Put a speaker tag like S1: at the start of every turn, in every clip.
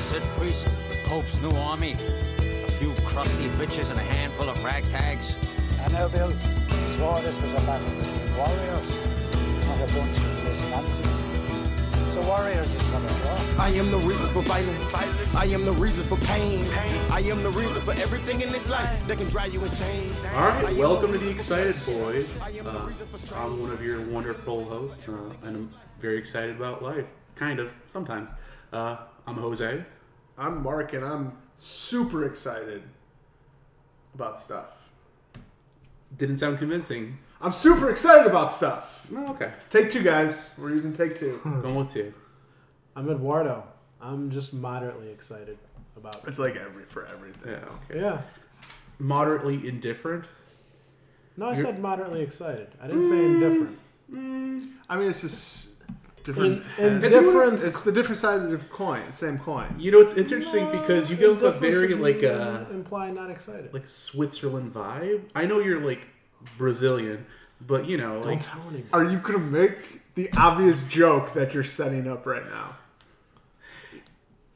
S1: Sid Priest, the Pope's new army, a few crusty bitches and a handful of ragtags.
S2: I know, Bill. I swore this was a battle between warriors, not a bunch of misfancies. So warriors is what it was.
S3: I am the reason for violence. I am the reason for pain. I am the reason for everything in this life that can drive you insane.
S4: All right, welcome to the Excited Boys. Uh, I'm one of your wonderful hosts, uh, and I'm very excited about life. Kind of, sometimes. Uh, I'm Jose.
S5: I'm Mark, and I'm super excited about stuff.
S4: Didn't sound convincing.
S5: I'm super excited about stuff.
S4: No, okay.
S5: Take two, guys. We're using take two.
S4: Going with you.
S6: I'm Eduardo. I'm just moderately excited about
S5: It's like every for everything.
S4: Yeah, okay.
S6: Yeah.
S4: Moderately indifferent.
S6: No, I said moderately excited. I didn't say indifferent.
S5: Mm, I mean, it's just different.
S6: In-
S5: It's the-
S6: indifference-
S5: It's the different side of the coin. Same coin.
S4: You know, it's interesting because you give a very like uh,
S6: imply not excited.
S4: like Switzerland vibe. I know you're like Brazilian, but you know,
S6: Don't
S4: like
S6: tell anybody.
S5: Are you gonna make the obvious joke that you're setting up right now?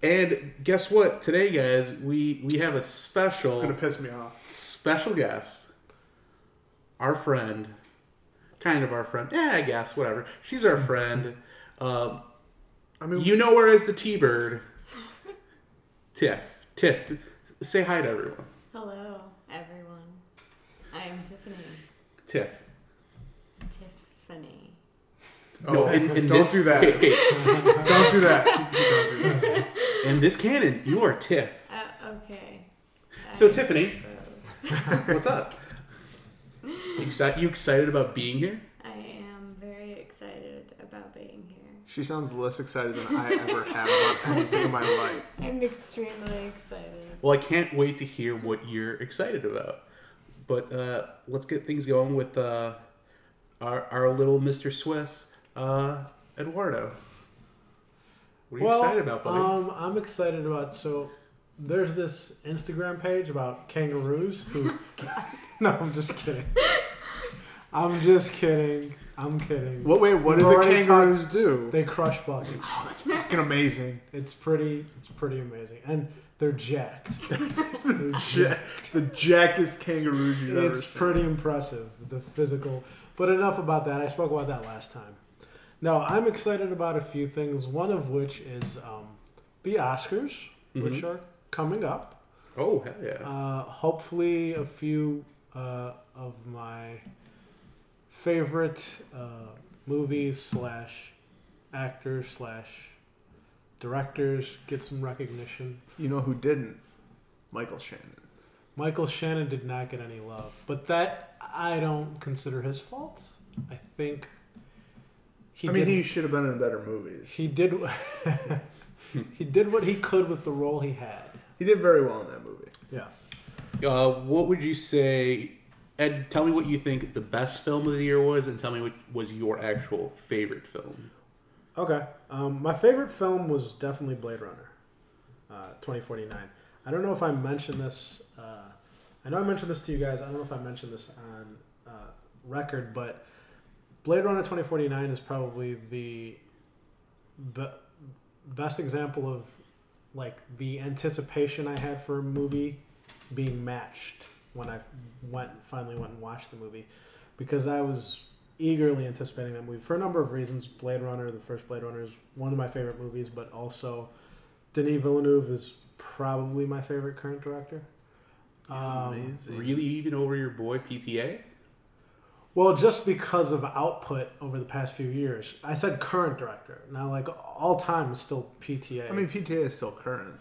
S4: And guess what? Today, guys, we we have a special
S5: Gonna piss me off.
S4: special guest. Our friend, kind of our friend. Yeah, I guess whatever. She's our friend. Um,
S5: I mean,
S4: you know her as the T Bird. Tiff, Tiff, say hi to everyone.
S7: Hello, everyone. I'm Tiffany.
S4: Tiff.
S7: Tiffany.
S5: oh,
S4: No, in, in
S5: don't
S4: this,
S5: do that.
S4: okay, okay.
S5: Don't do that. Don't do that.
S4: In this canon, you are Tiff.
S7: Uh, okay.
S4: So Tiffany, what's up? Exci- you excited about being here?
S7: I am very excited about being here.
S5: She sounds less excited than I ever have about anything in my life.
S7: I'm extremely excited.
S4: Well, I can't wait to hear what you're excited about. But uh, let's get things going with uh, our, our little Mr. Swiss, uh, Eduardo. What are you
S6: well,
S4: excited about, buddy?
S6: Um, I'm excited about so there's this Instagram page about kangaroos who No, I'm just kidding. I'm just kidding. I'm kidding.
S5: What wait? What do
S6: We've
S5: the
S6: already
S5: kangaroos do?
S6: They crush buckets.
S5: That's fucking amazing.
S6: It's pretty it's pretty amazing. And they're jacked. They're
S5: Ja- the jackedest kangaroos you've ever
S6: It's
S5: seen.
S6: pretty impressive, the physical. But enough about that. I spoke about that last time. No, I'm excited about a few things. One of which is um, the Oscars,
S5: Mm-hmm.
S6: which are coming up.
S4: oh, hell yeah.
S6: Uh, hopefully, a few uh, of my favorite uh, movies slash actors slash directors get some recognition.
S5: You know who didn't? Michael Shannon.
S6: Michael Shannon did not get any love, but that I don't consider his fault. I think he
S5: I mean,
S6: did,
S5: he should have been in better movies.
S6: he did he did what he could with the role he had.
S5: He did very well in that movie.
S6: Yeah.
S4: Uh, what would you say? Ed, tell me what you think the best film of the year was, and tell me what was your actual favorite film.
S6: Okay. Um, my favorite film was definitely Blade Runner, uh, 2049. I don't know if I mentioned this. Uh, I know I mentioned this to you guys. I don't know if I mentioned this on uh, record, but Blade Runner 2049 is probably the be- best example of like the anticipation I had for a movie being matched when I went finally went and watched the movie because I was eagerly anticipating that movie for a number of reasons. Blade Runner, the first Blade Runner, is one of my favorite movies, but also Denis Villeneuve is probably my favorite current director. Um,
S4: Really, even over your boy PTA?
S6: well, just because of output over the past few years, I said current director. Now, like all time is still PTA.
S5: I mean, PTA is still current.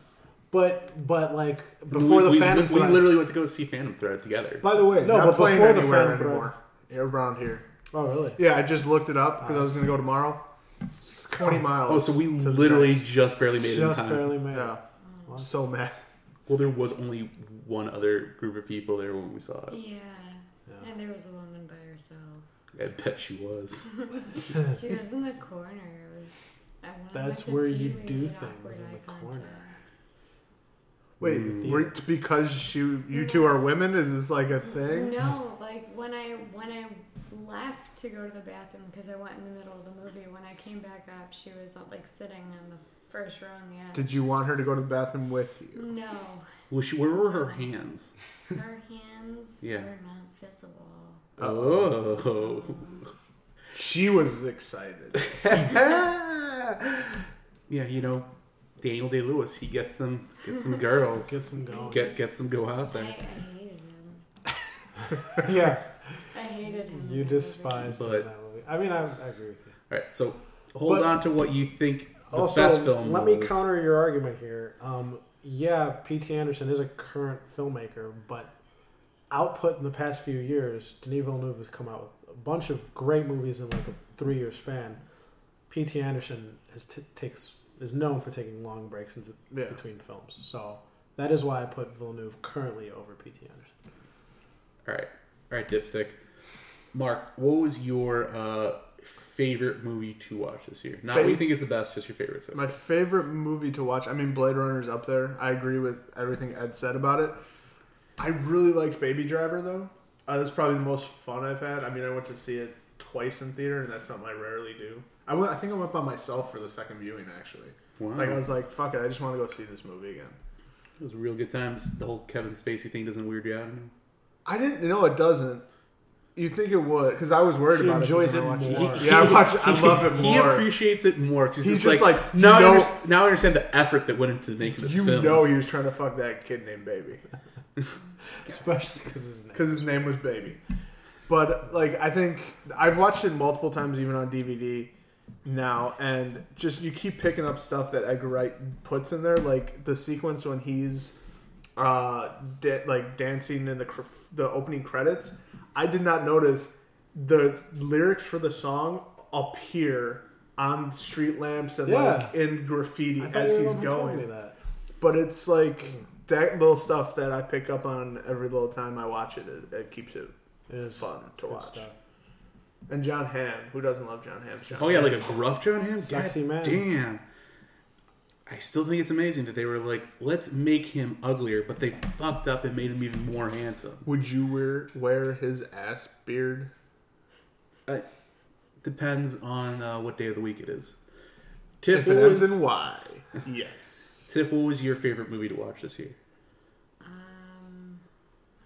S6: but but like before
S4: we,
S6: the
S4: we,
S6: Phantom
S4: we
S6: Thread-
S4: literally went to go see Phantom Thread together.
S5: By the way,
S6: No,
S5: not
S6: but
S5: playing
S6: before the
S5: anywhere
S6: Phantom Thread.
S5: anymore around here.
S6: Oh, really?
S5: Yeah, I just looked it up because I was going to go tomorrow. It's 20 miles.
S4: oh, so we
S5: to the
S4: literally
S5: next-
S4: just barely made it in
S6: Just
S4: time.
S6: barely made it.
S5: Yeah. I'm so mad.
S4: Well, there was only one other group of people there when we saw
S6: Oh.
S4: it.
S7: Yeah. And there was a woman by herself.
S4: I bet she was.
S7: She was in the corner. It was- I wanted
S6: That's
S7: to
S6: where
S7: be
S6: you
S7: where
S6: do
S7: you get
S6: things,
S7: awkward
S6: in the
S7: eye
S6: corner.
S7: contact.
S5: Wait, were- because you you two are women, is this like a thing?
S7: No, like when I when I left to go to the bathroom because I went in the middle of the movie. When I came back up, she was like sitting on the first run, yeah.
S5: Did you want her to go to the bathroom with you?
S7: no,
S4: Was she, where were her hands?
S7: her hands
S4: Yeah.
S7: were not visible.
S4: Oh.
S5: She was excited.
S4: Yeah, you know, Daniel Day Lewis, he gets them, gets some girls,
S6: Get some going.
S4: get gets them go out
S7: I, I
S4: there.
S7: hated him.
S6: yeah.
S7: I hated him.
S6: You
S7: in that movie.
S6: despise
S4: But-
S6: that movie. I mean, I, I agree with you.
S4: All right, so hold
S6: But-
S4: on to what you think the
S6: also,
S4: best film.
S6: let me
S4: was.
S6: counter your argument here. Um, yeah, P.T. Anderson is a current filmmaker, but output in the past few years, Denis Villeneuve has come out with a bunch of great movies in like a three-year span. P.T. Anderson has t- takes is known for taking long breaks into,
S5: Yeah.
S6: between films, so that is why I put Villeneuve currently over P.T. Anderson.
S4: All right, all right, dipstick. Mark, what was your uh, favorite movie to watch this year? Not what you
S5: Fav-
S4: think is the best, just your favorite. So.
S5: My favorite movie to watch. I mean, Blade Runner's up there. I agree with everything Ed said about it. I really liked Baby Driver though. Uh, that's probably the most fun I've had. I mean, I went to see it twice in theater, and that's something I rarely do. I went. I think I went by myself for the second viewing actually.
S4: Wow.
S5: Like I was like, fuck it, I just want to go see this movie again.
S4: It was real good times. The whole Kevin Spacey thing doesn't weird you out. anymore?
S5: I didn't know it doesn't. You think it would? Because I was worried
S6: He
S5: about
S6: enjoys
S5: it. 'cause
S6: it
S5: I watched
S6: more.
S5: It. Yeah, I watch. it. I love it
S4: He- He
S5: more.
S4: appreciates it more because he's,
S5: He's
S4: just
S5: just
S4: like,
S5: like,
S4: now,
S5: no-
S4: I underst- now I understand the effort that went into making this
S5: you
S4: film.
S5: know, he was trying to fuck that kid named Baby.
S6: Especially because his name.
S5: because his name was Baby. But like, I think I've watched it multiple times, even on DVD now, and just you keep picking up stuff that Edgar Wright puts in there, like the sequence when he's uh da- like dancing in the cr- the opening credits. I did not notice the lyrics for the song appear on street lamps and like in graffiti
S6: I thought
S5: as
S6: you were the one
S5: he's
S6: who told
S5: going
S6: me that.
S5: but it's like
S6: Hmm.
S5: that little stuff that I pick up on every little time I watch it. It, it keeps it
S6: It is
S5: fun to
S6: good
S5: watch.
S6: stuff.
S5: And John Hamm, who doesn't love John Hamm? John
S4: Oh yeah, like a gruff John Hamm.
S6: Sexy
S4: God
S6: man.
S4: Damn. I still think it's amazing that they were like, let's make him uglier, but they fucked up and made him even more handsome.
S5: Would you wear wear his ass beard?
S4: I, depends on uh, what day of the week it is. Tiff,
S5: If
S4: what
S5: it ends
S4: was,
S5: in Y, yes.
S4: Tiff, what was your favorite movie to watch this year?
S7: Um,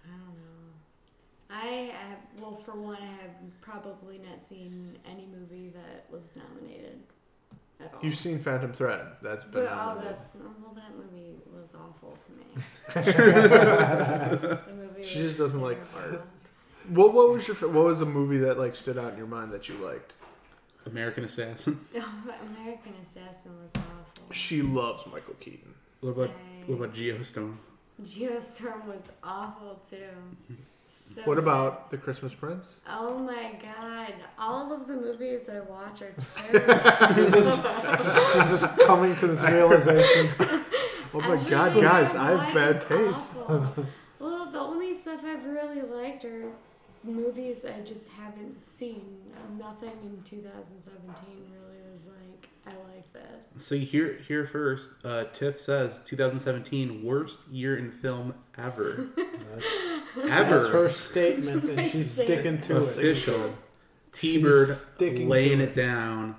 S7: I don't know. I have, well, for one, I have probably not seen any movie that was nominated at all.
S5: You've seen Phantom Thread. That's been
S7: but all
S5: nominated.
S7: that's well, that movie was awful to me. the movie
S5: She
S7: was
S5: just doesn't like
S7: terrible.
S5: What What was your fa- What was a movie that like stood out in your mind that you liked?
S4: American Assassin.
S7: No, but American Assassin was awful.
S5: She loves Michael Keaton.
S4: What about what about Geostorm?
S7: Geostorm was awful too. So
S5: What about The Christmas Prince?
S7: Oh my god! All of the movies I watch are terrible.
S6: She's just coming to this realization.
S5: Oh my
S7: Every
S5: God,
S7: single
S5: guys, I
S7: one
S5: have bad
S7: is
S5: taste.
S7: awful. well, the only stuff I've really liked are movies I just haven't seen. Nothing in 2017 really was like, I like this.
S4: So you hear here first. Uh, Tiff says 2017 worst year in film ever. ever.
S6: That's her statement, and
S7: My
S6: she's
S7: statement.
S6: sticking to it.
S4: official T-Bird
S6: sticking
S4: laying
S6: to
S4: it down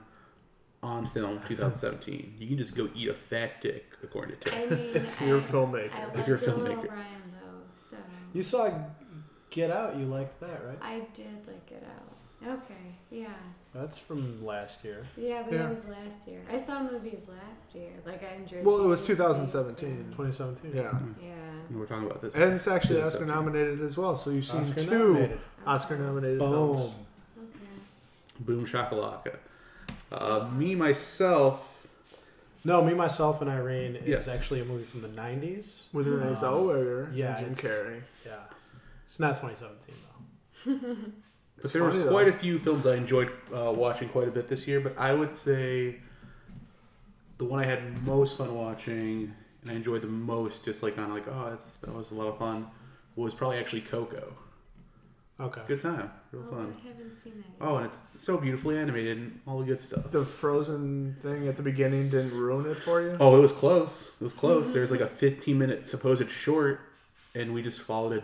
S4: on film 2017. you can just go eat a fat dick, according to Ted.
S7: I mean,
S5: If you're a
S7: I,
S5: filmmaker.
S7: I
S4: If you're a
S7: liked Dylan
S4: filmmaker.
S7: O'Brien though, so
S6: You saw Get Out. You liked that, right?
S7: I did like it out. Okay, yeah,
S6: That's from last year.
S7: yeah, but
S5: Yeah.
S7: that was last year. I saw movies last year. Like I enjoyed.
S5: Well, it was
S7: movies,
S5: 2017.
S6: 2017.
S5: Yeah.
S7: so- Yeah.
S4: And we're talking about this.
S5: And it's actually
S4: Yeah,
S5: Oscar
S4: something.
S5: nominated as well. So you've seen
S6: Oscar
S5: two
S6: nominated.
S5: Oscar nominated
S6: Boom.
S5: films.
S7: Okay.
S4: Boom shakalaka. Uh, me myself.
S6: No, me, myself, and Irene is
S4: Yes.
S6: actually a movie from the 90s.
S5: With Renee Zellweger
S6: Um, yeah,
S5: and
S6: it's-
S5: Jim Carrey.
S6: Yeah, it's not 2017 though.
S5: It's
S4: But there was
S5: funny, though.
S4: quite a few films I enjoyed uh, watching quite a bit this year, but I would say the one I had most fun watching and I enjoyed the most, just like on like, oh, that's, that was a lot of fun, was probably actually Coco.
S6: Okay.
S4: Good time, real
S7: Oh,
S4: fun.
S7: I haven't seen it.
S4: Oh, and it's so beautifully animated and all the good stuff.
S5: The frozen thing at the beginning didn't ruin it for you?
S4: Oh, it was close. It was close. There's like a 15 minute supposed short, and we just followed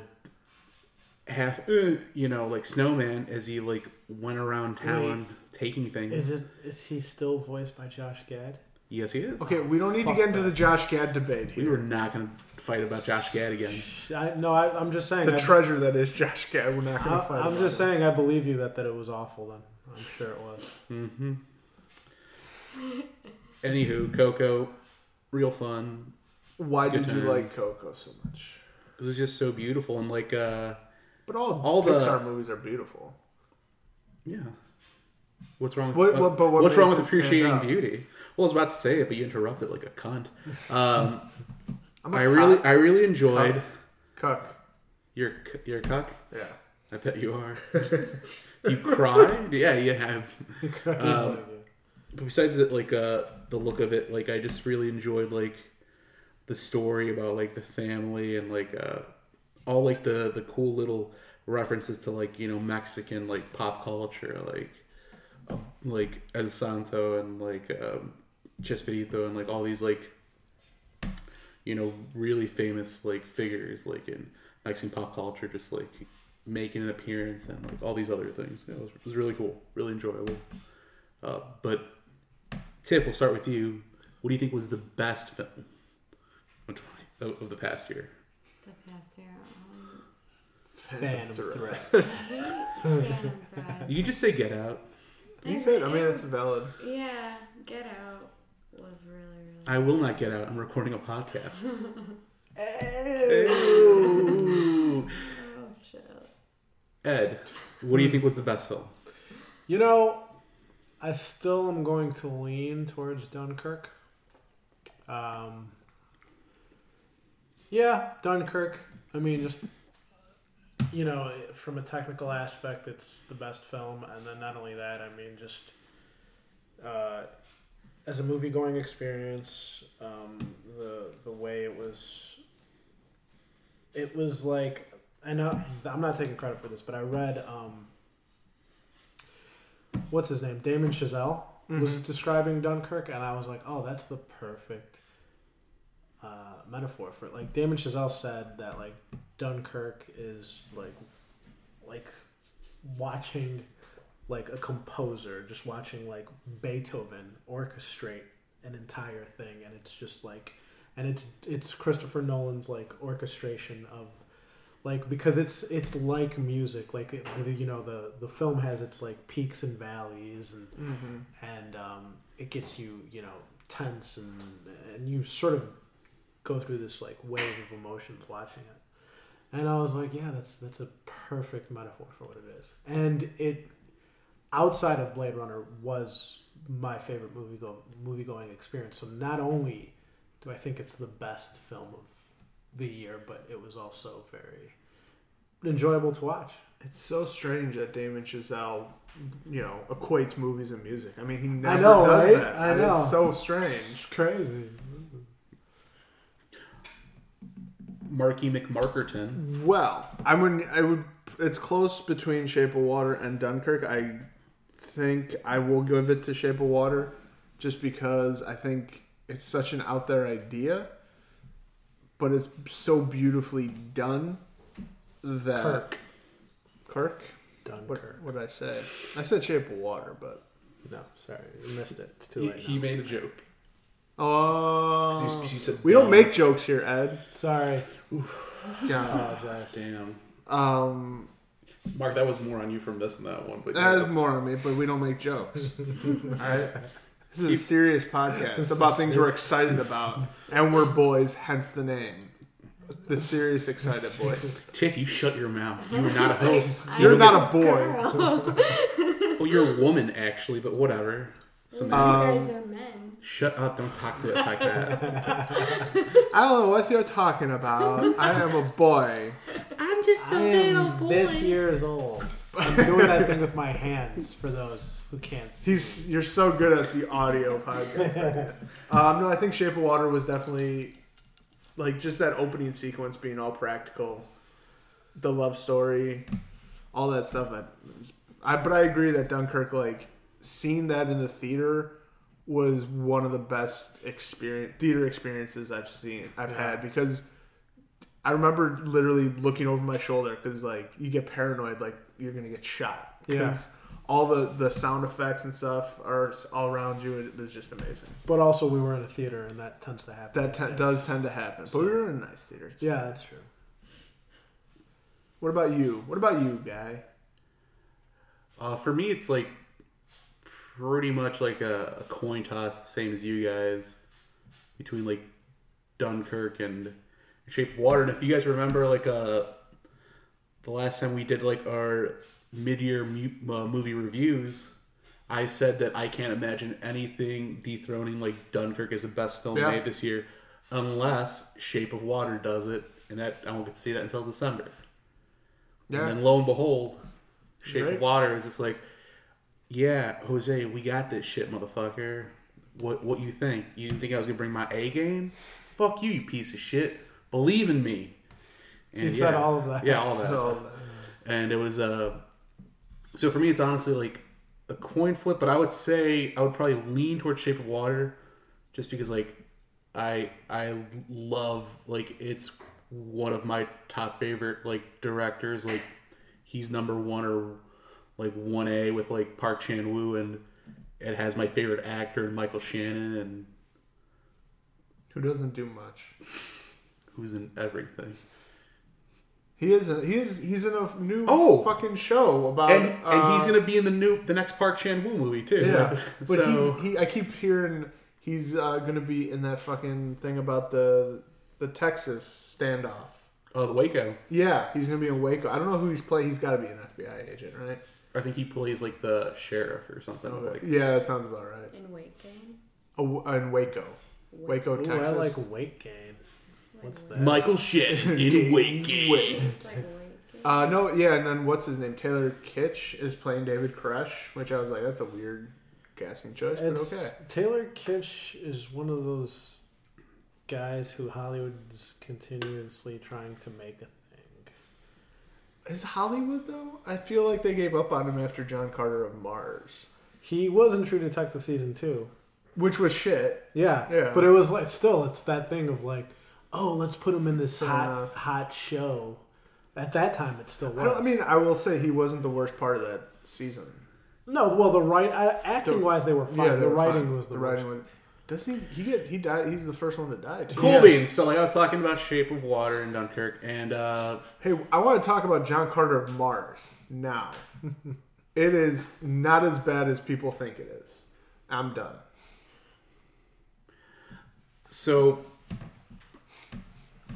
S4: a half, uh, you know, like snowman as he like went around town taking things.
S6: Is it? Is he still voiced by Josh Gad?
S4: Yes, he is.
S5: Okay, we don't need to get into the Josh Gad debate
S4: We
S5: here.
S4: were not going to fight about Josh Gad again.
S6: I, no, I, I'm just saying.
S5: The
S6: I-
S5: treasure that is Josh Gad. We're not going to fight.
S6: I, am
S5: about
S6: just
S5: it.
S6: saying. I believe you that that it was awful. Then I'm sure it was.
S4: Anywho, Coco, real fun.
S5: Why did
S4: Good
S5: you
S4: times.
S5: like Coco so much?
S4: It was just so beautiful and like, uh,
S5: But all,
S4: All the-
S5: Pixar movies are beautiful.
S4: yeah. What's wrong? With,
S5: What- what- but what
S4: what's wrong
S5: makes
S4: with
S5: it stand
S4: appreciating
S5: out?
S4: beauty? Well, I was about to say it, but you interrupted like a cunt. Um,
S5: I'm a
S4: I
S5: cock-
S4: really, I really enjoyed
S5: cuck.
S4: your c- your cuck.
S5: Yeah.
S4: I bet you are. you cried? Yeah, you have. Um, but besides it, like uh, the look of it, like I just really enjoyed like the story about like the family and like uh, all like the the cool little references to like you know Mexican like pop culture, like uh, like El Santo and like um, Chespirito and like all these like you know really famous like figures like in Mexican pop culture, just like making an appearance and like all these other things. Yeah, it, was, it was really cool, really enjoyable. Uh, but Tiff, we'll start with you. What do you think was the best film of 20 of of the past year?
S7: The past year. Um,
S6: Phantom Thread.
S7: Phantom Thread.
S4: You can just say Get Out.
S5: You could. I mean,
S6: Mm-hmm.
S5: it's valid.
S7: Yeah, Get Out was really, really.
S4: I will not get out. I'm recording a podcast.
S7: Oh, shit.
S4: Ed, what do you think was the best film?
S6: You know, I still am going to lean towards Dunkirk. Um, yeah, Dunkirk. I mean, just you know, from a technical aspect, it's the best film, and then not only that, I mean, just uh, as a movie-going experience, um, the the way it was, it was like, and I, I'm not taking credit for this, but I read. Um, what's his name, Damon Chazelle, was describing Dunkirk, and I was like, oh, that's the perfect uh, metaphor for it. Like Damon Chazelle said that like Dunkirk is like like watching like a composer, just watching like Beethoven orchestrate an entire thing, and it's just like, and it's it's Christopher Nolan's like orchestration of like because it's it's like music like it, you know the the film has its like peaks and valleys and
S5: Mm-hmm.
S6: and um, it gets you you know tense and and you sort of go through this like wave of emotions watching it and i was like yeah that's that's a perfect metaphor for what it is and it outside of blade runner was my favorite movie go movie going experience so not only do i think it's the best film of the year, but it was also very enjoyable to watch.
S5: It's so strange that Damon Chazelle, you know, equates movies and music. I mean, he never
S6: know,
S5: does
S6: right?
S5: that.
S6: I
S5: and
S6: know.
S5: It's so strange.
S6: crazy.
S4: Marky McMarkerton.
S5: Well, I would. I would. It's close between Shape of Water and Dunkirk. I think I will give it to Shape of Water, just because I think it's such an out there idea, but it's so beautifully done that
S6: Kirk.
S5: Kirk. Uh, What,
S6: Dunkirk.
S5: what did I say? I said Shape of Water, but
S6: No, sorry, you missed it. It's too
S4: He,
S6: late.
S4: he
S6: now.
S4: made a joke.
S5: oh,
S4: 'Cause you- 'cause you said
S5: we don't
S4: damn.
S5: make jokes here, Ed.
S6: Sorry,
S5: Yeah.
S6: apologize.
S4: Damn.
S5: Um,
S4: Mark, that was more on you for missing that one. But yeah,
S5: that is
S4: that's-
S5: more on me, but we don't make jokes. All right. This is a serious podcast about things we're excited about, and we're boys, hence the name. The serious excited boys.
S4: Tiff, you shut your mouth. You were not a host.
S5: You're not a boy.
S7: Girl.
S4: Well, you're a woman, actually, but whatever. Some
S5: Uh,
S7: you guys are men.
S4: shut up. Don't talk to it like that.
S5: I don't know what you're talking about. I am a boy.
S4: I'm just
S6: I am this year's old. I'm doing that thing with my hands for those who can't see.
S5: He's you're so good at the audio podcast. um, no, I think Shape of Water was definitely like just that opening sequence being all practical, the love story, all that stuff. I, I but I agree that Dunkirk, like seeing that in the theater, was one of the best experience theater experiences I've seen I've had because I remember literally looking over my shoulder because like you get paranoid like you're gonna get shot
S6: Yeah.
S5: because all the the sound effects and stuff are s- all around you. It was just amazing.
S6: But also, we were in a theater, and that tends to happen.
S5: That te-
S6: these
S5: does
S6: days.
S5: tend to happen. But we were in a nice theater. It's
S6: Yeah, that's true.
S5: What about you? What about you, guy?
S4: Uh, for me, it's like pretty much like a, a coin toss, same as you guys, between like Dunkirk and Shape of Water. And if you guys remember, like uh, the last time we did like our mid-year mu- uh, movie reviews, I said that I can't imagine anything dethroning like Dunkirk as the best film
S5: Yeah.
S4: made this year, unless Shape of Water does it, and that I won't get to see that until December. And then lo and behold, Shape
S5: Right.
S4: of Water is just like, yeah, Jose, we got this shit, motherfucker. What what you think? You didn't think I was gonna bring my A game? Fuck you, you piece of shit. Believe in me. And
S6: He said all of that.
S4: Yeah, all that.
S5: So,
S4: And it was uh so for me it's honestly like a coin flip, but I would say I would probably lean towards Shape of Water just because like I I love like it's one of my top favorite like directors. Like he's number one or like one A with like Park Chan Woo and it has my favorite actor and Michael Shannon and
S5: who doesn't do much?
S4: who's in everything.
S5: He is. A, he is. He's in a new
S4: Oh!
S5: fucking show about.
S4: And and
S5: uh,
S4: he's gonna be in the new the next Park Chan Woo movie too.
S5: Yeah, but
S4: so
S5: he's, he. I keep hearing he's uh, gonna be in that fucking thing about the the Texas standoff.
S4: oh the Waco.
S5: Yeah, he's gonna be in Waco. I don't know who he's playing. He's got to be an FBI agent, right?
S4: I think he plays like the sheriff or something. Like,
S5: Oh, yeah, that sounds about right.
S7: in weight gain.
S5: Oh, in Waco, Waco,
S6: Ooh, I
S5: Texas.
S6: like weight gain. What's that?
S4: Michael shit in Waco.
S7: It's like weight gain.
S5: Uh, no, yeah, and then what's his name? Taylor Kitsch is playing David Koresh, which I was like, that's a weird casting choice, but
S6: It's
S5: okay.
S6: Taylor Kitsch is one of those guys who Hollywood's continuously trying to make a thing.
S5: Is Hollywood though? I feel like they gave up on him after John Carter of Mars,
S6: He was in True Detective season two.
S5: which was shit.
S6: Yeah,
S5: Yeah.
S6: But it was like still, it's that thing of like, oh, let's put him in this hot
S5: enough.
S6: hot show. At that time, it still was.
S5: I, don't, I mean, I will say he wasn't the worst part of that season.
S6: no. Well, the right uh, acting wise, they were fine.
S5: they
S6: the
S5: were
S6: writing
S5: fine.
S6: was the,
S5: writing
S6: worst.
S5: was. Doesn't he? He get he died. He's the first one to die. Too.
S4: Cool
S6: Yeah.
S4: beans. So like I was talking about Shape of Water and Dunkirk, and uh,
S5: Hey, I want to talk about John Carter of Mars now. it is not as bad as people think it is. I'm done.
S4: so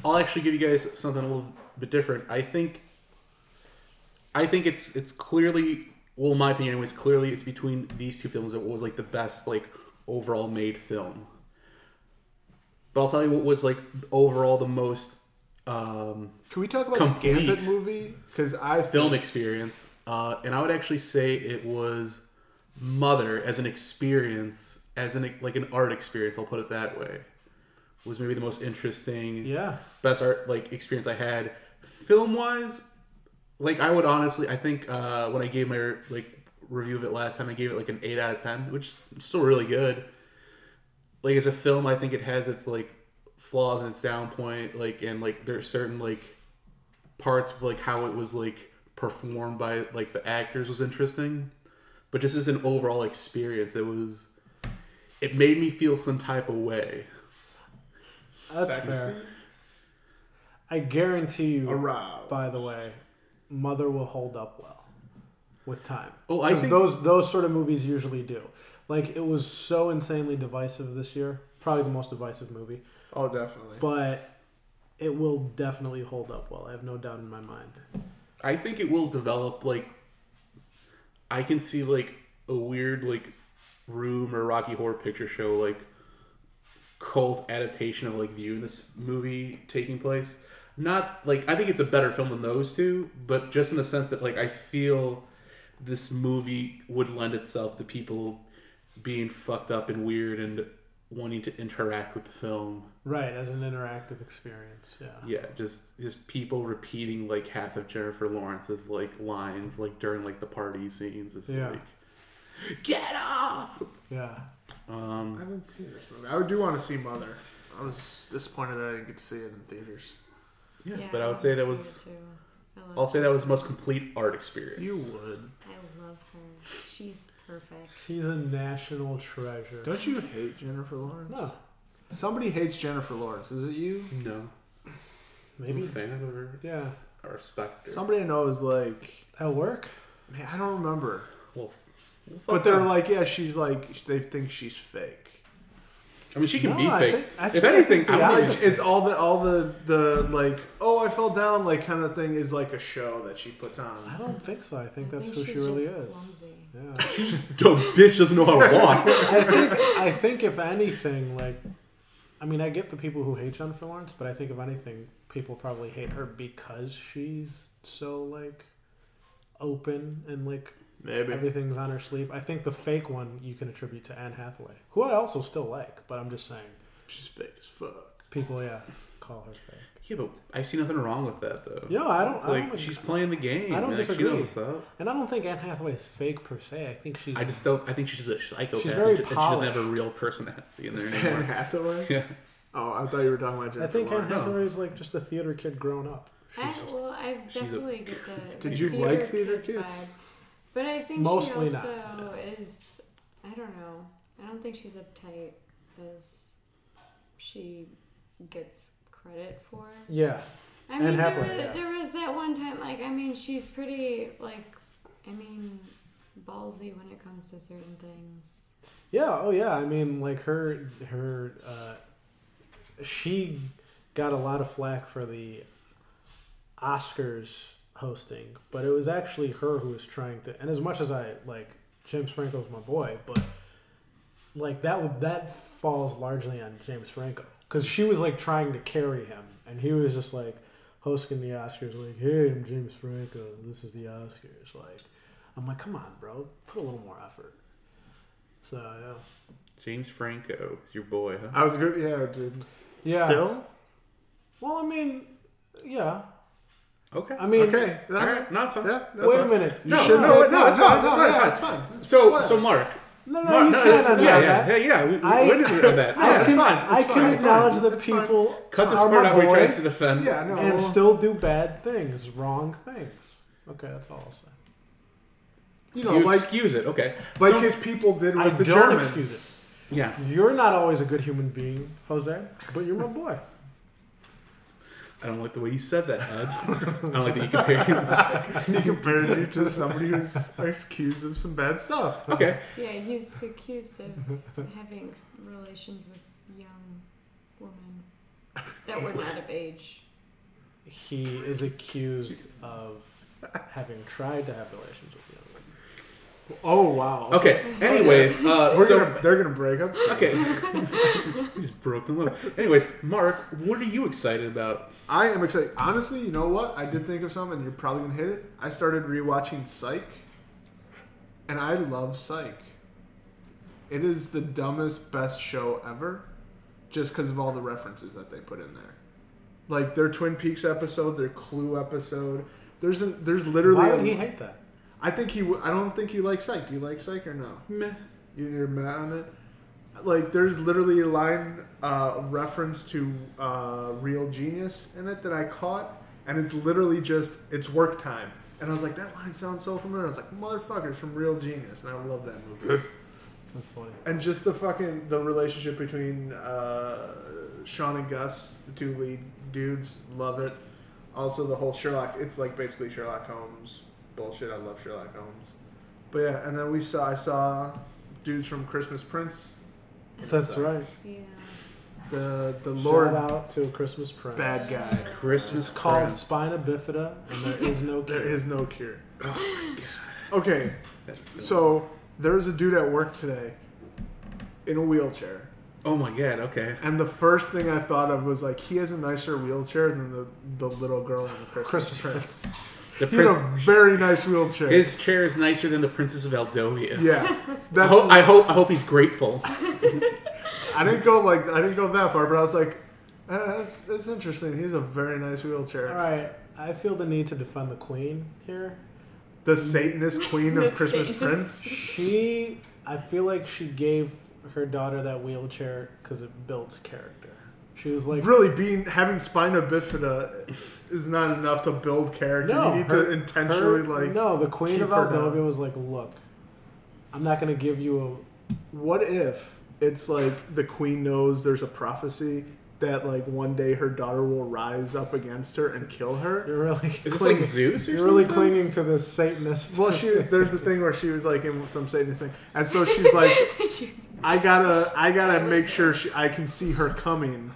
S4: I'll actually give you guys something a little bit different. I think, I think it's it's clearly, well, in my opinion, anyways, clearly it's between these two films that was like the best like overall made film. But I'll tell you what was like overall the most um,
S5: Can we talk about
S4: Complete.
S5: the Gambit movie? Because I think-
S4: film experience, uh, and I would actually say it was Mother as an experience, as an like an art experience. I'll put it that way. Was maybe the most interesting,
S6: Yeah.
S4: best art like experience I had film wise. Like I would honestly, I think uh, when I gave my like review of it last time, I gave it like an eight out of ten, which is still really good. Like as a film, I think it has its like flaws and its down point, like and like there's certain like parts of like how it was like performed by like the actors was interesting but just as an overall experience it was it made me feel some type of way
S6: That's fair. I guarantee you.
S5: Aroused.
S6: By the way, Mother will hold up well with time.
S4: Oh, I
S6: 'Cause
S4: think-
S6: those those sort of movies usually do. Like it was so insanely divisive this year. Probably the most divisive movie,
S5: Oh, definitely.
S6: but it will definitely hold up well. I have no doubt in my mind.
S4: i think it will develop like i can see like a weird like room or rocky horror picture show like cult adaptation of like view in this movie taking place not like i think it's a better film than those two but just in the sense that like i feel this movie would lend itself to people being fucked up and weird and wanting to interact with the film
S6: Right, as an interactive experience. Yeah.
S4: yeah just just people repeating like half of jennifer lawrence's like lines like during like the party scenes it's
S6: Yeah.
S4: like get off
S6: Yeah.
S5: I haven't seen this movie. I do want to see Mother. I was disappointed that I didn't get to see it in theaters.
S4: yeah,
S7: Yeah,
S4: but
S7: I
S4: i would say that
S7: wanna
S4: was
S7: see it too. I love
S4: I'll say that was the most complete art experience.
S5: You would.
S7: I love her. She's perfect.
S6: She's a national treasure.
S5: Don't you hate Jennifer Lawrence?
S6: No,
S5: Somebody hates Jennifer Lawrence. Is it you?
S4: No, I'm a
S6: maybe.
S4: fan of her.
S6: Yeah,
S4: I respect her.
S5: Somebody I know is like,
S6: at work.
S5: man, I don't remember.
S4: Well, well, fuck
S5: But they're
S4: her.
S5: like, yeah, she's like, they think she's fake.
S4: I mean, she can
S6: No,
S4: be
S6: I
S4: fake.
S6: think- actually,
S4: if
S6: I
S4: anything,
S6: think
S4: I
S6: the
S4: would
S6: opposite.
S4: think
S5: Like, it's all the all the the like, oh, I fell down, like kind of thing is like a show that she puts
S6: I
S5: on.
S6: don't think so. I think that's
S7: think
S6: who she
S7: she's
S6: really
S7: just
S6: is.
S7: Clumsy.
S6: Yeah.
S4: she's dumb bitch doesn't know how to walk.
S6: I think I think if anything, like, I mean, I get the people who hate Jennifer Lawrence, but I think if anything, people probably hate her because she's so like open and like
S5: Maybe.
S6: everything's on her sleeve. I think the fake one you can attribute to Anne Hathaway, who I also still like, but I'm just saying
S5: She's fake as fuck.
S6: people, yeah, call her fake.
S4: yeah, but I see nothing wrong with that though.
S6: Yeah, I don't. I
S4: like
S6: don't
S4: she's playing the game.
S6: I don't
S4: man.
S6: disagree.
S4: She knows what's up.
S6: and I don't think Anne Hathaway is fake per se. I think she's.
S4: I just don't. I think she's a psychopath.
S6: She's very
S4: and, she doesn't have a
S6: polished.
S4: real personality in there
S5: Anne
S4: anymore.
S5: Hathaway.
S4: yeah.
S5: Oh, I thought you were talking about Jennifer
S6: I think Anne
S5: Lawrence.
S6: Hathaway is like just the theater kid grown up.
S7: I,
S6: just-
S7: well, I
S4: she's a-
S7: definitely get the.
S5: Did
S7: the
S5: you like theater
S7: kid
S5: kids?
S7: vibe. But I think
S6: Mostly
S7: she
S6: not.
S7: also is. I don't know. I don't think she's uptight as she gets credit for.
S6: Yeah,
S7: I
S6: And
S7: mean, there
S6: halfway,
S7: was,
S6: yeah.
S7: there was that one time. Like, I mean, she's pretty. Like, I mean, ballsy when it comes to certain things.
S6: Yeah, oh yeah. I mean, like her, her, uh, she got a lot of flack for the Oscars hosting, but it was actually her who was trying to. And as much as I like James Franco's my boy, but like that would that falls largely on James Franco because she was like trying to carry him, and he was just like hosting the Oscars, like, "Hey, I'm James Franco. and This is the Oscars." Like, I'm like, "Come on, bro, put a little more effort." So yeah.
S4: James Franco is your boy, huh?
S5: I was good. Yeah, dude.
S6: Yeah.
S5: Still.
S6: Well, I mean, yeah.
S4: Okay.
S6: I mean,
S5: Okay.
S4: All right. No, it's fine.
S5: Yeah, that's
S6: wait a
S5: fine.
S6: minute.
S5: You
S4: No,
S5: should
S4: no,
S5: know.
S4: no, it's fine, it's fine,
S5: yeah,
S4: fine.
S5: it's fine. It's
S4: So,
S5: whatever.
S4: so Mark.
S6: No, no,
S4: Mark,
S6: you can't
S4: yeah,
S6: unlock
S4: yeah,
S6: that.
S4: yeah, yeah. We,
S6: I-
S4: when did we have that?
S6: I
S4: Yeah.
S5: it's
S6: can,
S5: fine,
S6: I
S5: it's
S6: can
S5: fine, it's
S6: acknowledge
S5: fine,
S6: that
S5: it's
S6: people
S4: Cut this
S6: are
S4: part
S6: my
S4: out where he
S6: boy
S4: tries to defend.
S5: yeah, no.
S6: and
S5: well,
S6: still do bad things, wrong things. Okay, that's all I'll say.
S5: you
S4: You,
S5: know, like
S4: excuse it. Okay.
S5: like
S4: So-
S5: his people did with
S6: I
S5: the
S6: don't
S5: Germans.
S6: excuse
S4: yeah.
S6: it. You're not always a good human being, Jose, but you're my boy.
S4: I don't like the way you said that, Ed. I don't like that you compared him.
S5: He compared you to somebody who's accused of some bad stuff.
S4: Okay.
S7: Yeah, he's accused of having s- relations with young women that were not of age.
S6: He is accused of having tried to have relations with young women.
S5: Oh wow.
S4: Okay. Anyways, uh,
S5: We're
S4: so
S5: gonna, they're gonna break up.
S4: okay. He's broken low. Anyways, Mark, what are you excited about?
S5: I am excited. Honestly, you know what? I did think of something. and You're probably gonna hit it. I started rewatching Psych, and I love Psych. It is the dumbest, best show ever, just because of all the references that they put in there. Like their Twin Peaks episode, their Clue episode. There's an, there's literally.
S6: Why
S5: a-
S6: would he hate that?
S5: I think he. w- I don't think you like Psych. Do you like Psych or no?
S4: Meh.
S5: You- You're mad on it. Like, there's literally a line uh, reference to uh, Real Genius in it that I caught, and it's literally just it's work time. And I was like, that line sounds so familiar. I was like, motherfuckers from Real Genius, and I love that movie.
S6: That's funny.
S5: and just the fucking the relationship between uh, Sean and Gus, the two lead dudes, love it. Also, the whole Sherlock. It's like basically Sherlock Holmes bullshit. I love Sherlock Holmes. But yeah, and then we saw I saw dudes from Christmas Prince,
S6: That's right.
S7: Yeah.
S5: the the
S6: Lord
S5: Lord
S6: Shout out to Christmas Prince.
S5: bad guy.
S4: Christmas
S6: It's called
S4: presents.
S6: Spina Bifida, and there is no
S5: There
S6: cure.
S5: is no cure.
S4: Oh,
S5: Okay, so there's a dude at work today in a wheelchair.
S4: oh my god. Okay.
S5: And the first thing I thought of was like he has a nicer wheelchair than the, the little girl in the Christmas,
S6: Christmas
S5: Prince.
S4: The
S5: He had
S4: prince,
S5: a very nice wheelchair.
S4: his chair is nicer than the Princess of Eldovia.
S5: yeah, So
S4: I
S5: that,
S6: Oh.
S4: hope, I hope I hope he's grateful.
S5: I didn't go like I didn't go that far, but I was like, eh, that's that's interesting. He's a very nice wheelchair.
S6: All right, I feel the need to defend the Queen here.
S5: The Satanist Queen of
S7: The
S5: Christmas
S7: Satanist.
S5: Prince.
S6: She, I feel like she gave her daughter that wheelchair because it built character. She was like,
S5: Really, being having spina bifida is not enough to build character.
S6: no,
S5: you need
S6: her-
S5: to intentionally
S6: her-
S5: like.
S6: No, the queen
S5: keep
S6: of
S5: her down.
S6: Aldovia was like, look, I'm not gonna give you
S5: What if it's like the queen knows there's a prophecy that like one day her daughter will rise up against her and kill
S6: a.
S5: her?
S6: You're really,
S4: Is this
S6: clinging-
S4: like Zeus or
S6: you're really
S4: something?
S6: clinging to this Satanist.
S5: Well, she there's the thing where she was like in some Satanist thing, and so she's like,
S7: She's-
S5: I gotta, I gotta make sure she, I can see her coming.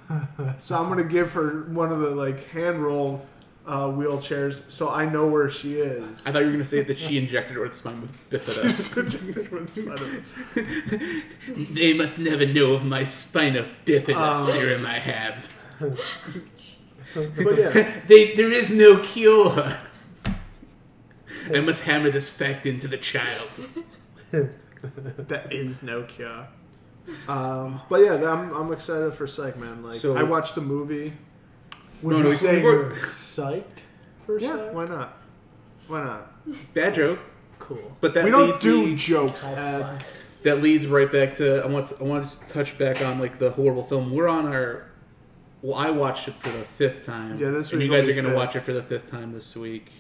S5: So I'm gonna give her one of the like hand roll uh, wheelchairs, so I know where she is.
S4: I thought you were going to say that she injected her with spine bifida. they must never know of my spina bifida
S6: Oh.
S4: serum I have.
S5: But yeah,
S4: They, there is no cure. I must hammer this fact into the child.
S5: that is no cure. Um, but yeah, I'm, I'm excited for Psych Man. Like
S4: So-
S5: I watched the movie.
S6: Would
S4: No, no,
S6: you
S4: we-
S6: say
S4: we
S6: you're
S4: were-
S6: psyched for
S5: Yeah,
S6: Psych?
S5: why not? Why not?
S4: Bad joke,
S6: Cool.
S4: but that
S5: we don't
S4: leads
S5: do
S4: me-
S5: jokes. Ed.
S4: that leads right back to I want to, I want to touch back on like the horrible film. We're on our well, I watched it for the fifth time.
S5: Yeah, this
S4: and you
S5: week
S4: guys
S5: will
S4: are
S5: be
S4: going to
S5: fifth.
S4: watch it for the fifth time this week.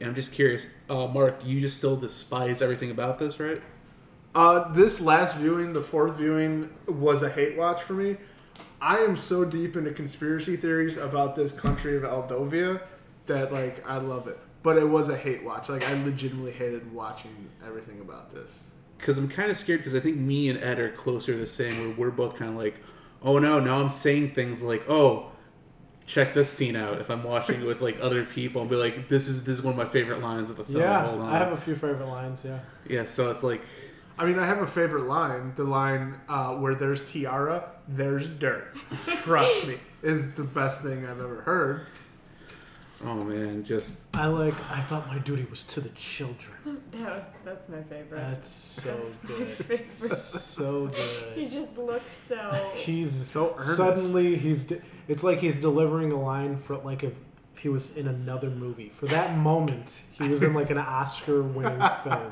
S4: And I'm just curious, uh, Mark, you just still despise everything about this, right?
S5: Uh, this last viewing, the fourth viewing, was a hate watch for me. I am so deep into conspiracy theories about this country of Aldovia that like I love it. But it was a hate watch. Like I legitimately hated watching everything about this.
S4: Because I'm kind of scared because I think me and Ed are closer to the same where we're both kind of like, oh no, now I'm saying things like, oh, check this scene out. If I'm watching it with like other people, I'll be like, this is this is one of my favorite lines of the film.
S6: Yeah,
S4: Hold on.
S6: I have a few favorite lines. Yeah,
S4: yeah, so it's like.
S5: I mean, I have a favorite line. The line uh, where there's tiara, there's dirt. Trust me, is the best thing I've ever heard.
S4: Oh man, just
S6: I like. I thought my duty was to the children.
S7: that was that's my favorite.
S6: That's so
S7: my
S6: good.
S7: favorite.
S6: So good.
S7: He just looks so.
S6: He's
S5: So earnest.
S6: suddenly he's. De- it's like he's delivering a line for like if if he was in another movie. For that moment, he was in like an Oscar-winning film.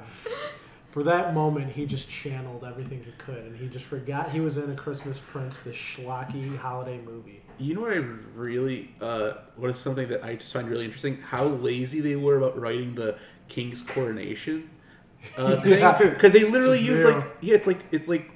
S6: For that moment, he just channeled everything he could, and he just forgot he was in a Christmas Prince, this schlocky holiday movie.
S4: You know what I really uh, what is something that I just find really interesting? How lazy they were about writing the king's coronation. Because
S6: Yeah.
S4: they literally use
S5: Yeah.
S4: like yeah, it's like it's like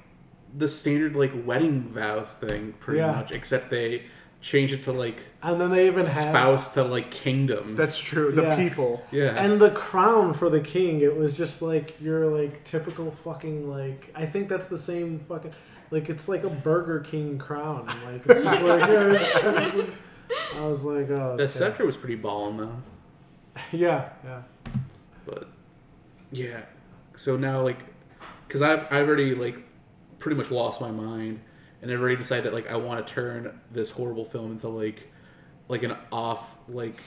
S4: the standard like wedding vows thing pretty
S6: Yeah.
S4: much, except they change it to like
S6: And then they even had
S4: spouse to like kingdom.
S5: That's true. The
S6: Yeah.
S5: people.
S4: yeah,
S6: And the crown for the king, it was just like your like typical fucking like I think that's the same fucking like it's like a Burger King crown. Like it's just like yeah, it's- it's- I was like, oh
S4: the
S6: okay.
S4: scepter was pretty ballin' though.
S6: Yeah, yeah.
S4: but yeah so now like because I've, I've already like pretty much lost my mind and i've already decided that like i want to turn this horrible film into like like an off like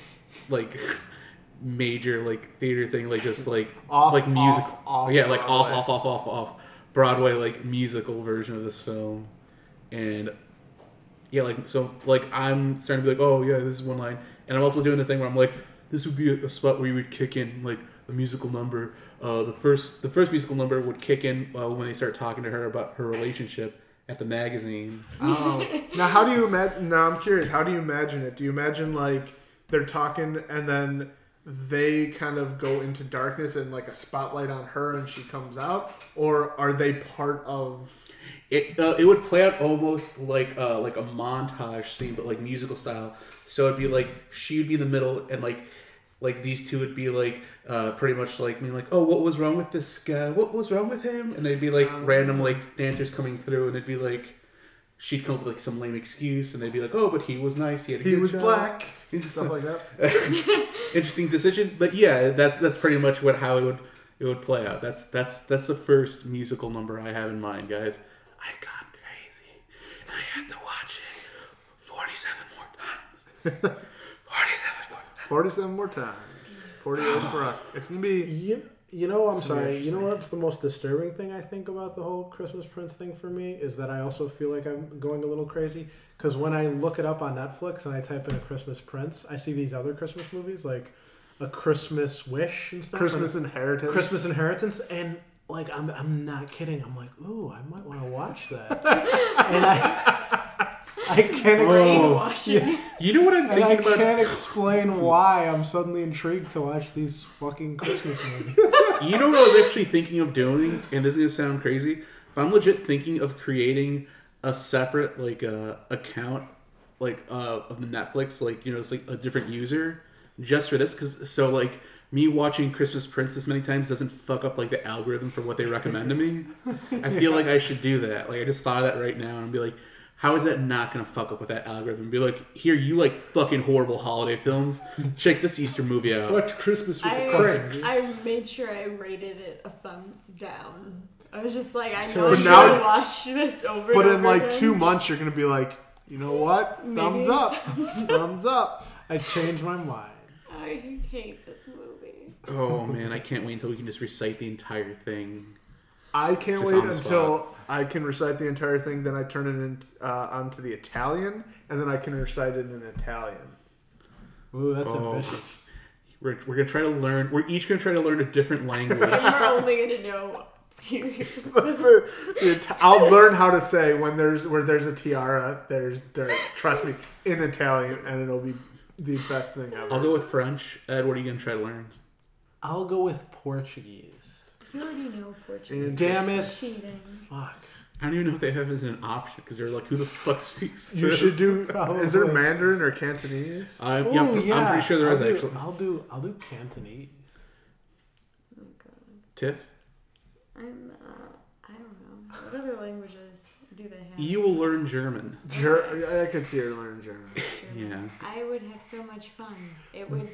S4: like major like theater thing like just like
S5: Off,
S4: like music
S5: off, off
S4: yeah like off
S5: Broadway.
S4: off off off off broadway like musical version of this film and yeah, like so, like I'm starting to be like, oh yeah, this is one line, and I'm also doing the thing where I'm like, this would be a, a spot where you would kick in like a musical number. Uh, the first, the first musical number would kick in uh, when they start talking to her about her relationship at the magazine.
S5: Now, how do you imagine? Now, I'm curious. How do you imagine it? Do you imagine like they're talking and then they kind of go into darkness and like a spotlight on her and she comes out, or are they part of?
S4: It uh, it would play out almost like uh, like a montage scene, but like musical style. So it'd be like she would be in the middle, and like like these two would be like uh, pretty much like being like, oh, what was wrong with this guy? What was wrong with him? And they'd be like
S5: Um,
S4: random like dancers coming through, and it'd be like she'd come up with like some lame excuse, and they'd be like, oh, but he was nice. He had a
S5: He
S4: good
S5: was
S4: job."
S5: black, stuff like that.
S4: Interesting decision, but yeah, that's that's pretty much what how it would it would play out. That's that's that's the first musical number I have in mind, guys. I've gone crazy, and I have to watch it forty-seven more times. forty-seven more times.
S5: Forty-seven more times. Forty-eight for us. It's gonna be.
S6: You you know, I'm sorry. You know
S5: interesting.
S6: what's the most disturbing thing I think about the whole Christmas Prince thing for me is that I also feel like I'm going a little crazy because when I look it up on Netflix and I type in a Christmas Prince, I see these other Christmas movies like a Christmas Wish and stuff.
S5: Christmas
S6: and
S5: inheritance.
S6: Christmas Inheritance and. Like I'm, I'm not kidding. I'm like, ooh, I might want to watch that. and I, I can't
S5: Whoa.
S6: explain.
S7: Brainwashing.
S4: You know what I'm
S6: And
S4: thinking
S6: I
S4: about?
S6: can't explain why I'm suddenly intrigued to watch these fucking Christmas movies.
S4: You know what I was actually thinking of doing, and this is gonna sound crazy, but I'm legit thinking of creating a separate like uh, account, like uh, of Netflix, like you know, it's like a different user just for this, because so like me watching Christmas Prince this many times doesn't fuck up like the algorithm for what they recommend to me. I feel like I should do that. Like I just thought of that right now, and be like. How is that not gonna fuck up with that algorithm? Be like, here you like fucking horrible holiday films. Check this Easter movie out.
S5: Watch Christmas with
S7: I-
S5: the cranks.
S7: I made sure I rated it a thumbs down. I was just like, I
S6: So
S7: know
S5: But
S7: you
S5: now-
S7: now, watch this over.
S5: But in
S7: and over
S5: like
S7: again.
S5: two months, you're gonna be like, you know what? Thumbs
S7: Maybe.
S5: up, thumbs up.
S6: I changed my mind.
S7: I hate this movie.
S4: Oh man, I can't wait until we can just recite the entire thing.
S5: I can't
S4: Just
S5: wait
S4: on the
S5: until I can recite the entire thing. Then I turn it in, uh, onto the Italian, and then I can recite it in Italian.
S6: Ooh, that's
S4: Oh.
S6: ambitious.
S4: We're, we're gonna try to learn. We're each gonna try to learn a different language.
S7: And we're only gonna know.
S5: The- the Ita- I'll learn how to say when there's where there's a tiara, there's dirt. Trust me, in Italian, and it'll be the best thing ever.
S4: I'll go with French. Ed, what are you gonna try to learn?
S6: I'll go with Portuguese.
S7: you already know Portuguese.
S6: Damn it.
S7: Cheating.
S6: Fuck.
S4: I don't even know if they have it as an option because they're like, who the fuck speaks?
S5: You
S4: this?
S5: should do.
S6: Probably.
S5: Is there Mandarin or Cantonese?
S4: I,
S6: Ooh,
S4: yeah, I'm- I'm,
S6: yeah.
S4: pretty sure there is
S6: I'll do-
S4: actually.
S6: I'll do I'll do Cantonese.
S4: Tiff,
S7: Oh I'm. Uh, I don't know. What other languages do they have?
S4: you will learn German.
S5: Ger- I could see her learning German.
S4: Yeah.
S7: I would have so much fun. It would.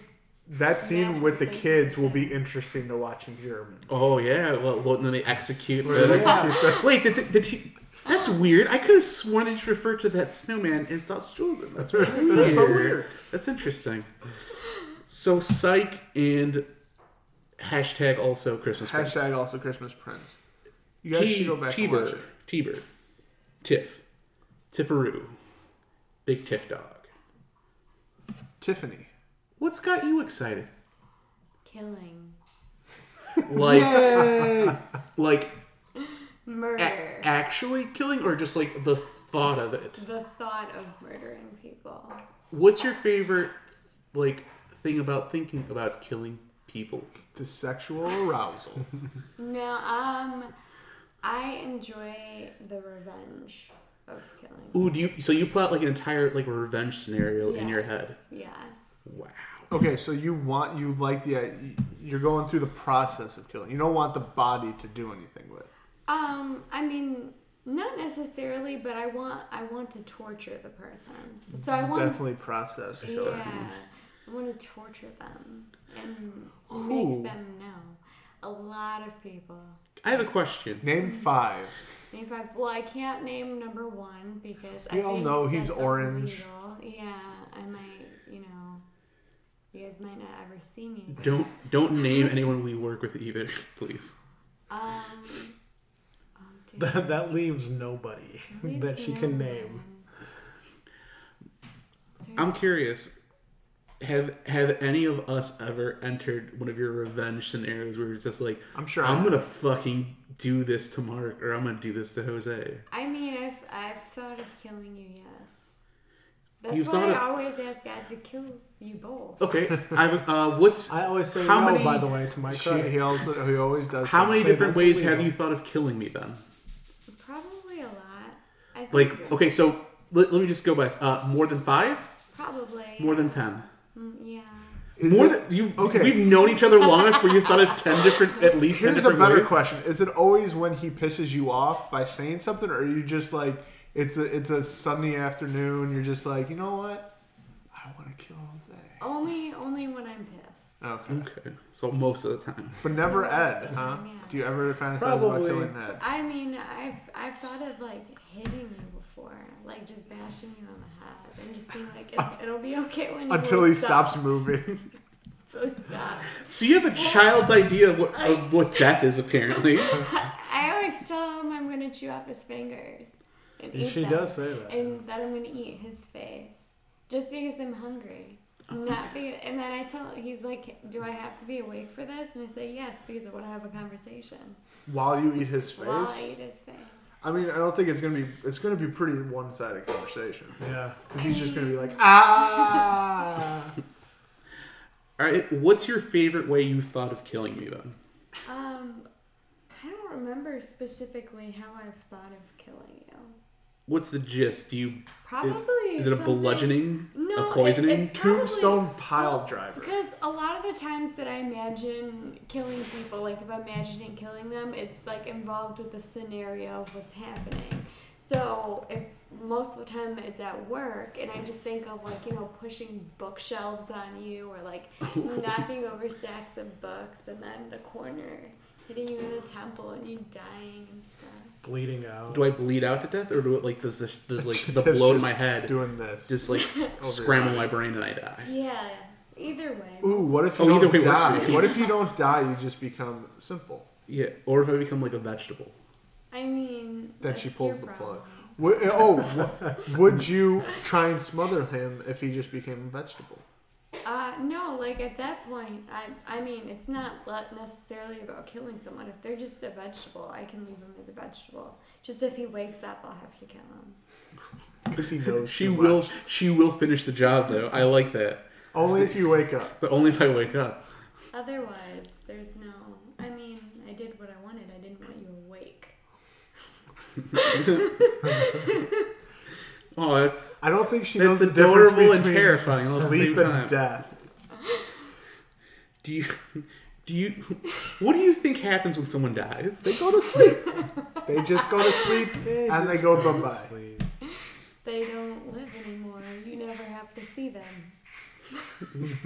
S5: That scene
S7: Magic
S5: with the
S7: face
S5: kids will
S7: on the
S5: be interesting to watch in German.
S4: Oh yeah. Well, well then they execute.
S5: They execute
S4: Wait, did, did, did he? That's weird. I could have sworn they just referred to that snowman as Das Jordan. That's weird.
S5: That's so weird.
S4: That's interesting. So psych and hashtag also Christmas.
S5: Hashtag
S4: presents.
S5: also Christmas Prince. You guys should go back and watch
S4: T-Bird.
S5: it.
S4: T-Bird. Tiff. Tiffaroo. Big Tiff Dog.
S5: Tiffany.
S4: What's got you excited?
S7: Killing.
S4: Like, like a-
S7: Murder.
S4: actually killing or just like the thought of it?
S7: the thought of murdering people.
S4: What's your favorite, like, thing about thinking about killing people?
S5: The sexual arousal.
S7: No, um, I enjoy the revenge of killing.
S4: Ooh, do you, so you plot like an entire, like, revenge scenario in your
S7: Yes,
S4: head.
S7: Yes.
S4: Wow.
S5: Okay, so you want you like the uh, you're going through the process of killing. You don't want the body to do anything with.
S7: Um, I mean, not necessarily, but I want I want to torture the person. So I
S5: It's
S7: want,
S5: definitely process.
S7: yeah, I want to torture them and make them know. A lot of people.
S4: I have a question.
S5: Name five.
S7: Name five. Well, I can't name number one because
S5: We
S7: I
S5: all
S7: think
S5: know he's
S7: that's
S5: orange.
S7: illegal. Yeah, I might. You know, you guys might not ever see me. again.
S4: Don't don't name anyone we work with either, please.
S7: Um. Oh, dude,
S6: That, that leaves nobody
S7: leaves
S6: that she can
S7: no
S6: name.
S7: one.
S4: I'm
S7: There's-
S4: curious. Have have any of us ever entered one of your revenge scenarios where it's just like
S5: I'm sure I
S4: I'm
S5: have.
S4: gonna fucking do this to Mark or I'm gonna do this to Jose.
S7: I mean, I've I've thought of killing you. Yes. That's
S4: You've
S7: why
S4: thought
S7: I
S4: of- Oh.
S7: always ask God to kill you both.
S4: Okay, I've, uh, what's
S6: I always say
S4: How
S6: no,
S4: many-
S6: by the way, to my
S5: She,
S6: credit.
S5: he also he always does.
S4: how
S5: something.
S4: many different
S6: that's
S4: ways have
S6: illegal.
S4: you thought of killing me then?
S7: Probably a lot. I think
S4: Like okay, so let, let me just go by uh, more than five,
S7: Probably.
S4: more than ten,
S7: Mm, yeah.
S5: Is
S4: more
S5: it-
S4: than you.
S5: okay.
S4: we've known each other long enough where you've thought of ten different at least. 10
S5: Here's a
S4: different
S5: better
S4: ways?
S5: question: Is it always when he pisses you off by saying something, or are you just like it's a it's a Sunday afternoon? You're just like, you know what? I want to kill Jose.
S7: Only only when I'm pissed.
S5: Okay,
S4: Okay, so most of the time.
S5: but never Ed, huh?
S7: Yeah.
S5: Do you ever fantasize about
S6: Probably.
S5: killing Ed?
S7: I mean, I've I've thought of like hitting you before, like just bashing you on the head and just being like, it, it'll be okay when you
S5: Until he
S7: stop.
S5: stops moving.
S7: So stop.
S4: So you have a child's idea of what, of what death is apparently.
S7: I always tell him I'm gonna chew off his fingers. And
S6: And
S7: eat
S6: she
S7: them.
S6: does say that.
S7: and that I'm gonna eat his face just because I'm hungry. Not because, and then I tell he's like, "Do I have to be awake for this?" And I say, "Yes," because I want to have a conversation
S5: While you eat his face?
S7: while I eat his face.
S5: I mean, I don't think it's gonna be. It's gonna be pretty one-sided conversation
S6: Yeah.
S5: because he's just gonna be like, ah.
S4: All right, what's your favorite way you've thought of killing me then?
S7: Um, I don't remember specifically how I've thought of killing you.
S4: What's the gist? Do you
S7: Probably.
S4: is it a
S7: something-
S4: bludgeoning,
S7: No,
S4: a
S7: it-
S4: poisoning?
S7: it's probably-
S5: Tombstone pile driver.
S7: Because a lot of the times that I imagine killing people, like if I'm imagining killing them, it's like involved with the scenario of what's happening. So if most of the time it's at work, and I just think of like you know pushing bookshelves on you or like knocking over stacks of books, and then the corner hitting you in the temple and you dying and stuff.
S6: Bleeding out.
S4: do I bleed out to death, or do it like does this, does like the
S5: Just-
S4: blow to
S5: just
S4: my head
S5: Doing this.
S4: just like scramble my brain and I die?
S7: Yeah. Either way.
S5: Ooh, what if you
S4: Oh, either
S5: don't
S4: way works for
S5: die?
S4: me.
S5: What if you don't die? You just become simple.
S4: Yeah, or if I become like a vegetable.
S7: I mean.
S5: Then she
S7: that's
S5: pulls the
S7: your
S5: plug.
S7: problem.
S5: Would, oh, wh- would you try and smother him if he just became a vegetable?
S7: Uh, no, like at that point, I, I mean, it's not le- necessarily about killing someone. If they're just a vegetable, I can leave him as a vegetable. Just if he wakes up, I'll have to kill him.
S5: Because he knows
S4: She
S5: too
S4: will
S5: much.
S4: she will finish the job though. I like that,
S5: Only if you wake up.
S4: but only if I wake up.
S7: Otherwise, there's no. I mean, I did what I wanted. I didn't want you awake.
S4: Oh, that's
S5: I don't think she
S4: That's
S5: knows the
S4: adorable
S5: difference
S4: and
S5: between
S4: terrifying all at the
S5: sleep
S4: same
S5: and
S4: time.
S5: death.
S4: do you do you what do you think happens when someone dies? They go to sleep.
S5: They just go to sleep and they go bye bye.
S6: Sleep.
S7: They don't live anymore. You never have to see them.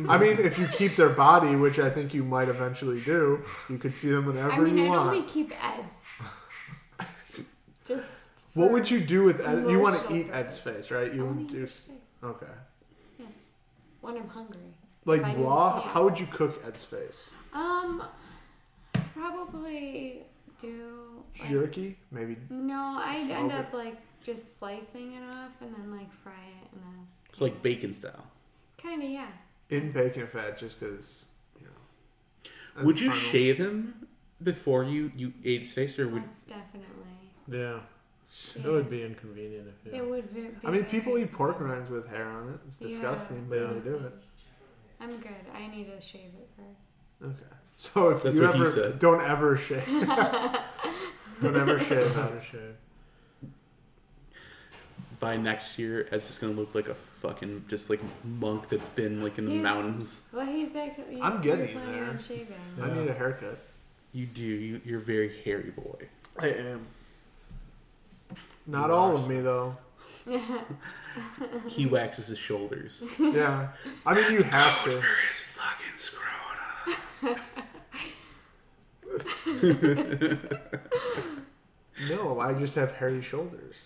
S5: I mean, if you keep their body, which I think you might eventually do, you could see them whenever
S7: I mean,
S5: you
S7: I'd
S5: want.
S7: only keep Ed's. just.
S5: What
S7: for
S5: would you do with Ed? You want to
S7: emotional
S5: eat Ed's face, right? You
S7: only
S5: wouldn't do
S7: his face
S5: okay.
S7: When I'm hungry.
S5: Like
S7: If I didn't
S5: raw?
S7: see it.
S5: How would you cook Ed's face?
S7: Um, probably do. like,
S5: Jerky? Maybe.
S7: No, I'd
S5: Smoke
S7: end
S5: it.
S7: up like just slicing it off and then like fry it in a.
S4: It's like bacon style.
S7: Kind of, yeah.
S5: In bacon fat, just because. You know, as
S4: Would
S5: a
S4: you
S5: final-
S4: shave him before you you ate his face, or would
S7: Most definitely.
S6: Yeah.
S7: Yeah.
S6: It would be inconvenient if you.
S7: It would ve- be.
S5: I mean, people
S7: very-
S5: eat pork rinds with hair on it. It's
S7: Yeah.
S5: disgusting, but
S6: Yeah.
S5: they do it.
S7: I'm good. I need to shave it first.
S5: Okay. So if
S4: That's
S5: you
S4: what he
S5: ever
S4: said.
S5: don't ever shave, don't ever shave Ed.
S6: Shave.
S4: by next year it's just gonna look like a fucking just like monk that's been like in the
S7: He's-
S4: mountains?
S7: Well, he's actually.
S5: I'm
S7: you're
S5: getting
S7: planning
S5: there.
S7: on shaving.
S5: I need a haircut.
S4: You do. You, you're a very hairy boy.
S5: I am. Not all of me though.
S4: He waxes his shoulders.
S5: Yeah. I mean, you have to.
S4: It's fucking screwed up.
S5: No, I just have hairy shoulders.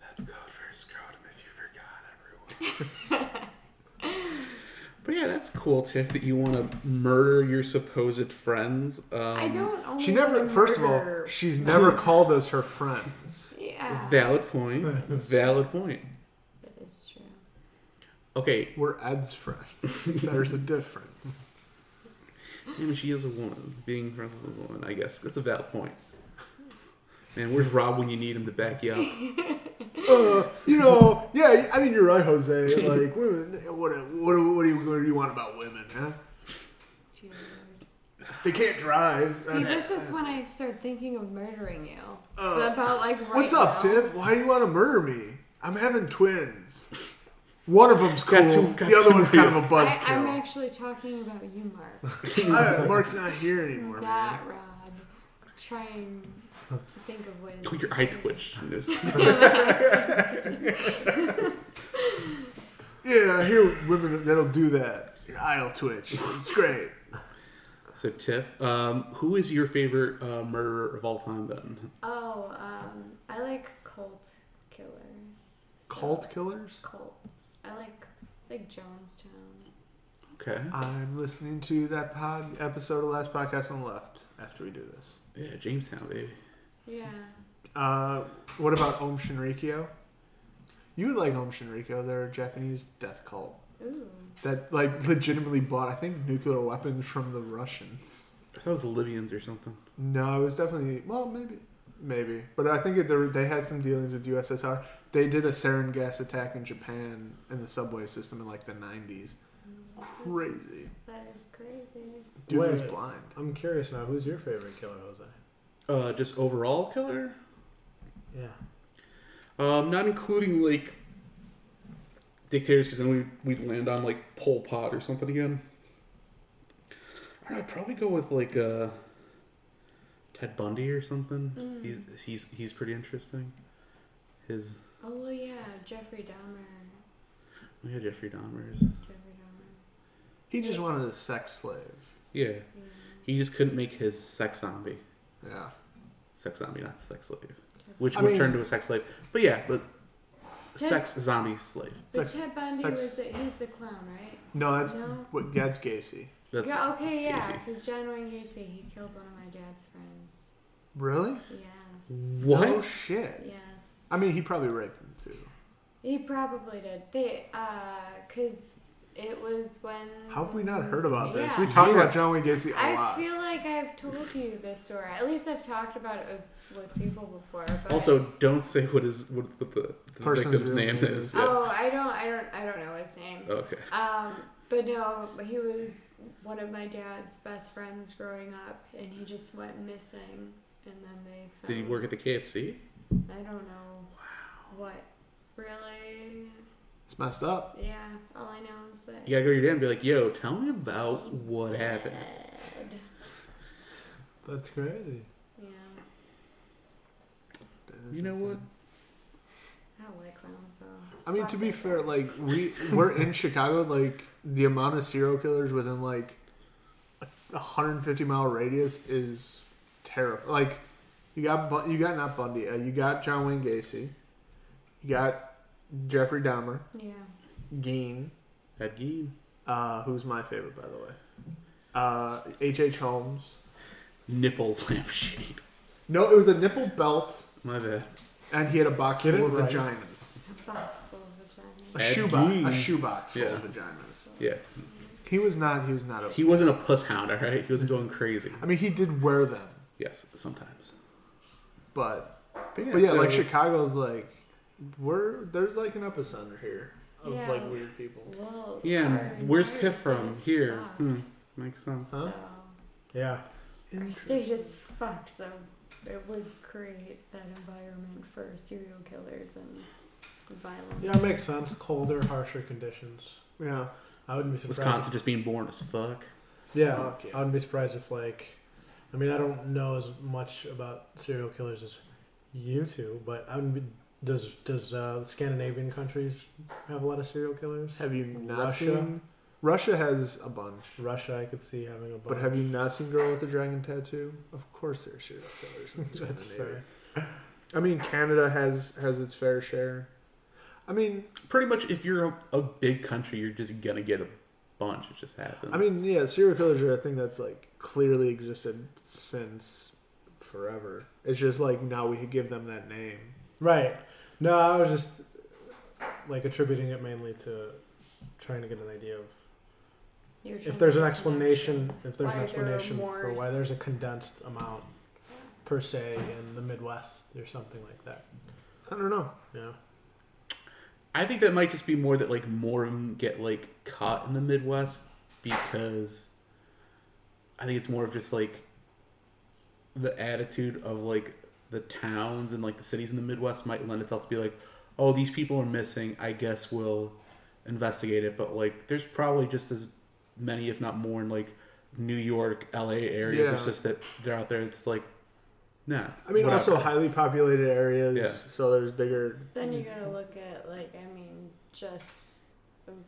S4: That's code for scrotum if you forgot everyone. but yeah, that's cool, Tiff, that you want to murder your supposed friends. Um,
S7: I don't. Only
S5: She never.
S7: wanna
S5: First of all,
S7: murder-
S5: she's never called us her friends.
S7: Yeah.
S4: Valid point. valid point.
S7: That is true.
S4: Okay,
S5: We're Ed's friends. There's a difference.
S4: I mean, she is a woman. Being friends with a woman, I guess. That's a valid point. Man, where's Rob when you need him to back you up?
S5: Uh, you know, yeah. I mean, you're right, Jose. Like women. What? What? What do you? What do you want about women? Huh?
S7: Too weird.
S5: They can't drive.
S7: See,
S5: That's-
S7: this is when I start thinking of murdering you.
S5: Uh,
S7: about like right
S5: What's up,
S7: now.
S5: Tiff? Why do you want to murder me? I'm having twins. One of them's cool.
S4: Got too- got
S5: the other
S4: too
S5: one's kind of a
S7: I, I'm
S5: buzzkill.
S7: actually talking about you, Mark,
S5: Uh, Mark's not here anymore, man.
S7: not Rob. Trying to think of ways.
S4: Your eye twitched. in this.
S5: Yeah, I hear women that'll do that. Your eye'll twitch. It's great.
S4: So Tiff, um, who is your favorite uh, murderer of all time? Then
S7: Oh, um, I like cult killers. So-
S5: Cult killers.
S7: Cults. I like like Jonestown.
S4: okay,
S5: I'm listening to that pod episode of Last Podcast on the Left after we do this.
S4: yeah, Jamestown, baby.
S7: Yeah.
S5: Uh, what about Om Shinrikyo? You would like Om Shinrikyo. They're a Japanese death cult
S7: Ooh.
S5: that like legitimately bought, I think, nuclear weapons from the Russians.
S4: I thought it was the Libyans or something.
S5: No, it was definitely well, maybe maybe. But I think they they had some dealings with USSR. They did a sarin gas attack in Japan in the subway system in like the nineties. Crazy.
S7: That is crazy.
S5: Dude was
S6: Wait.
S5: blind.
S6: I'm curious now. Who's your favorite killer, Jose?
S4: Uh, just overall killer,
S6: Yeah.
S4: um, not including like dictators, because then we we'd land on like Pol Pot or something again. I don't know, I'd probably go with like uh, Ted Bundy or something.
S7: Mm.
S4: He's he's he's pretty interesting. His
S7: Oh well, yeah, Jeffrey Dahmer.
S4: yeah, Jeffrey Dahmer's.
S7: Jeffrey Dahmer.
S5: He just wanted a sex slave.
S4: Yeah, he just couldn't make his sex zombie.
S5: Yeah.
S4: sex zombie, not sex slave, which
S5: I
S4: would
S5: mean-
S4: turn to a sex slave. But yeah, but sex zombie slave.
S7: But
S5: Sex-
S7: Ted Bundy
S5: sex-
S7: was the, he's the clown, right?
S5: No, that's
S7: No.
S5: what that's Gacy.
S4: That's
S7: yeah, okay,
S4: that's
S7: yeah.
S4: Gacy.
S7: Because John Wayne Gacy, he killed one of my dad's friends.
S5: Really?
S7: Yes.
S4: What?
S5: Oh shit.
S7: Yes.
S5: I mean, he probably raped them too.
S7: He probably did. They, uh, because it was when.
S5: How have we not heard about this?
S7: Yeah.
S5: We talk
S4: Yeah.
S5: about John Wayne Gacy a
S7: I
S5: lot.
S7: feel like I've told you this story. At least I've talked about it with, with people before. But
S4: also, don't say what is what, what the, the
S5: Person's
S4: victim's
S5: real
S4: name
S5: name
S4: is.
S5: is-
S4: Yeah.
S7: Oh, I don't, I don't, I don't know his name.
S4: Okay.
S7: Um, but no, he was one of my dad's best friends growing up, and he just went missing, and then they. Found,
S4: Did he work at the KFC?
S7: I don't know. What? Really?
S5: It's messed up.
S7: Yeah. All I know is that.
S4: You gotta go to your dad and be like, "Yo, tell me about what happened."
S7: Dead.
S5: That's crazy.
S7: Yeah.
S4: You know what?
S7: I don't like clowns though.
S5: I mean,
S7: Fuck
S5: to be
S7: that
S5: fair,
S7: guy.
S5: like we we're in Chicago, like the amount of serial killers within like a 150 mile radius is terrible. Like you got Bu- you got not Bundy, uh, you got John Wayne Gacy, you got Jeffrey Dahmer,
S7: Yeah.
S5: Gein,
S4: Ed Gein.
S5: uh, who's my favorite by the way, uh, H. H. Holmes.
S4: Nipple lampshade.
S5: No, it was a nipple belt,
S4: My bad.
S5: and he had a box
S6: Get it
S5: full of
S6: right.
S5: vaginas.
S7: A box full of vagina.
S5: A
S4: Ed
S5: shoebox,
S4: Gein.
S5: a shoebox full
S4: Yeah.
S5: of vaginas.
S4: Yeah.
S5: He was not. He was not. A,
S4: He wasn't a puss hound, all right. He was going crazy.
S5: I mean, he did wear them,
S4: Yes, sometimes.
S5: but but yeah, like
S4: so-
S5: Chicago's like we're there's like an epicenter here of
S7: Yeah.
S5: like weird people.
S7: Whoa.
S4: Yeah,
S7: our
S4: and where's
S7: entire
S4: Tiff from?
S7: city's
S4: Here.
S7: fucked,
S4: Hmm. Makes sense.
S5: Uh,
S7: So.
S6: Yeah.
S7: Our city's just fucked, so it would create that environment for serial killers and violence.
S6: Yeah, it makes sense. Colder, harsher conditions.
S5: Yeah,
S6: I wouldn't be surprised.
S4: Wisconsin just being born as fuck.
S6: Yeah,
S5: Fuck yeah.
S6: I wouldn't be surprised if like, I mean, I don't know as much about serial killers as you two, but I would. Be, does does uh, Scandinavian countries have a lot of serial killers?
S5: have you not
S6: Russia?
S5: seen? Russia has a bunch,
S6: Russia, I could see having a. Bunch.
S5: but have you not seen Girl with the Dragon Tattoo? Of course, there's serial killers in
S6: That's
S5: Scandinavia.
S6: fair.
S5: I mean, Canada has has its fair share. I mean,
S4: pretty much if you're a, a big country, you're just gonna get a bunch. It just happens.
S5: I mean, yeah, serial killers are a thing that's like clearly existed since forever. It's just like now we give them that name.
S6: Right. No, I was just like attributing it mainly to trying to get an idea of
S7: You're trying
S6: if there's
S7: to
S6: an
S7: make
S6: explanation, if there's
S7: Why
S6: an
S7: there are
S6: explanation for
S7: more
S6: why
S7: s-
S6: there's a condensed amount per se in the Midwest or something like that.
S5: I don't know.
S6: Yeah.
S4: I think that might just be more that like more of them get like caught in the Midwest because I think it's more of just like the attitude of like the towns and like the cities in the Midwest might lend itself to be like, oh, these people are missing. I guess we'll investigate it. But like, there's probably just as many, if not more, in like New York, L.A. areas.
S5: Yeah.
S4: It's just that they're out there. It's like, nah.
S5: I mean,
S4: whatever.
S5: also highly populated areas,
S4: Yeah.
S5: so there's bigger.
S7: Then you gotta look at like I mean, just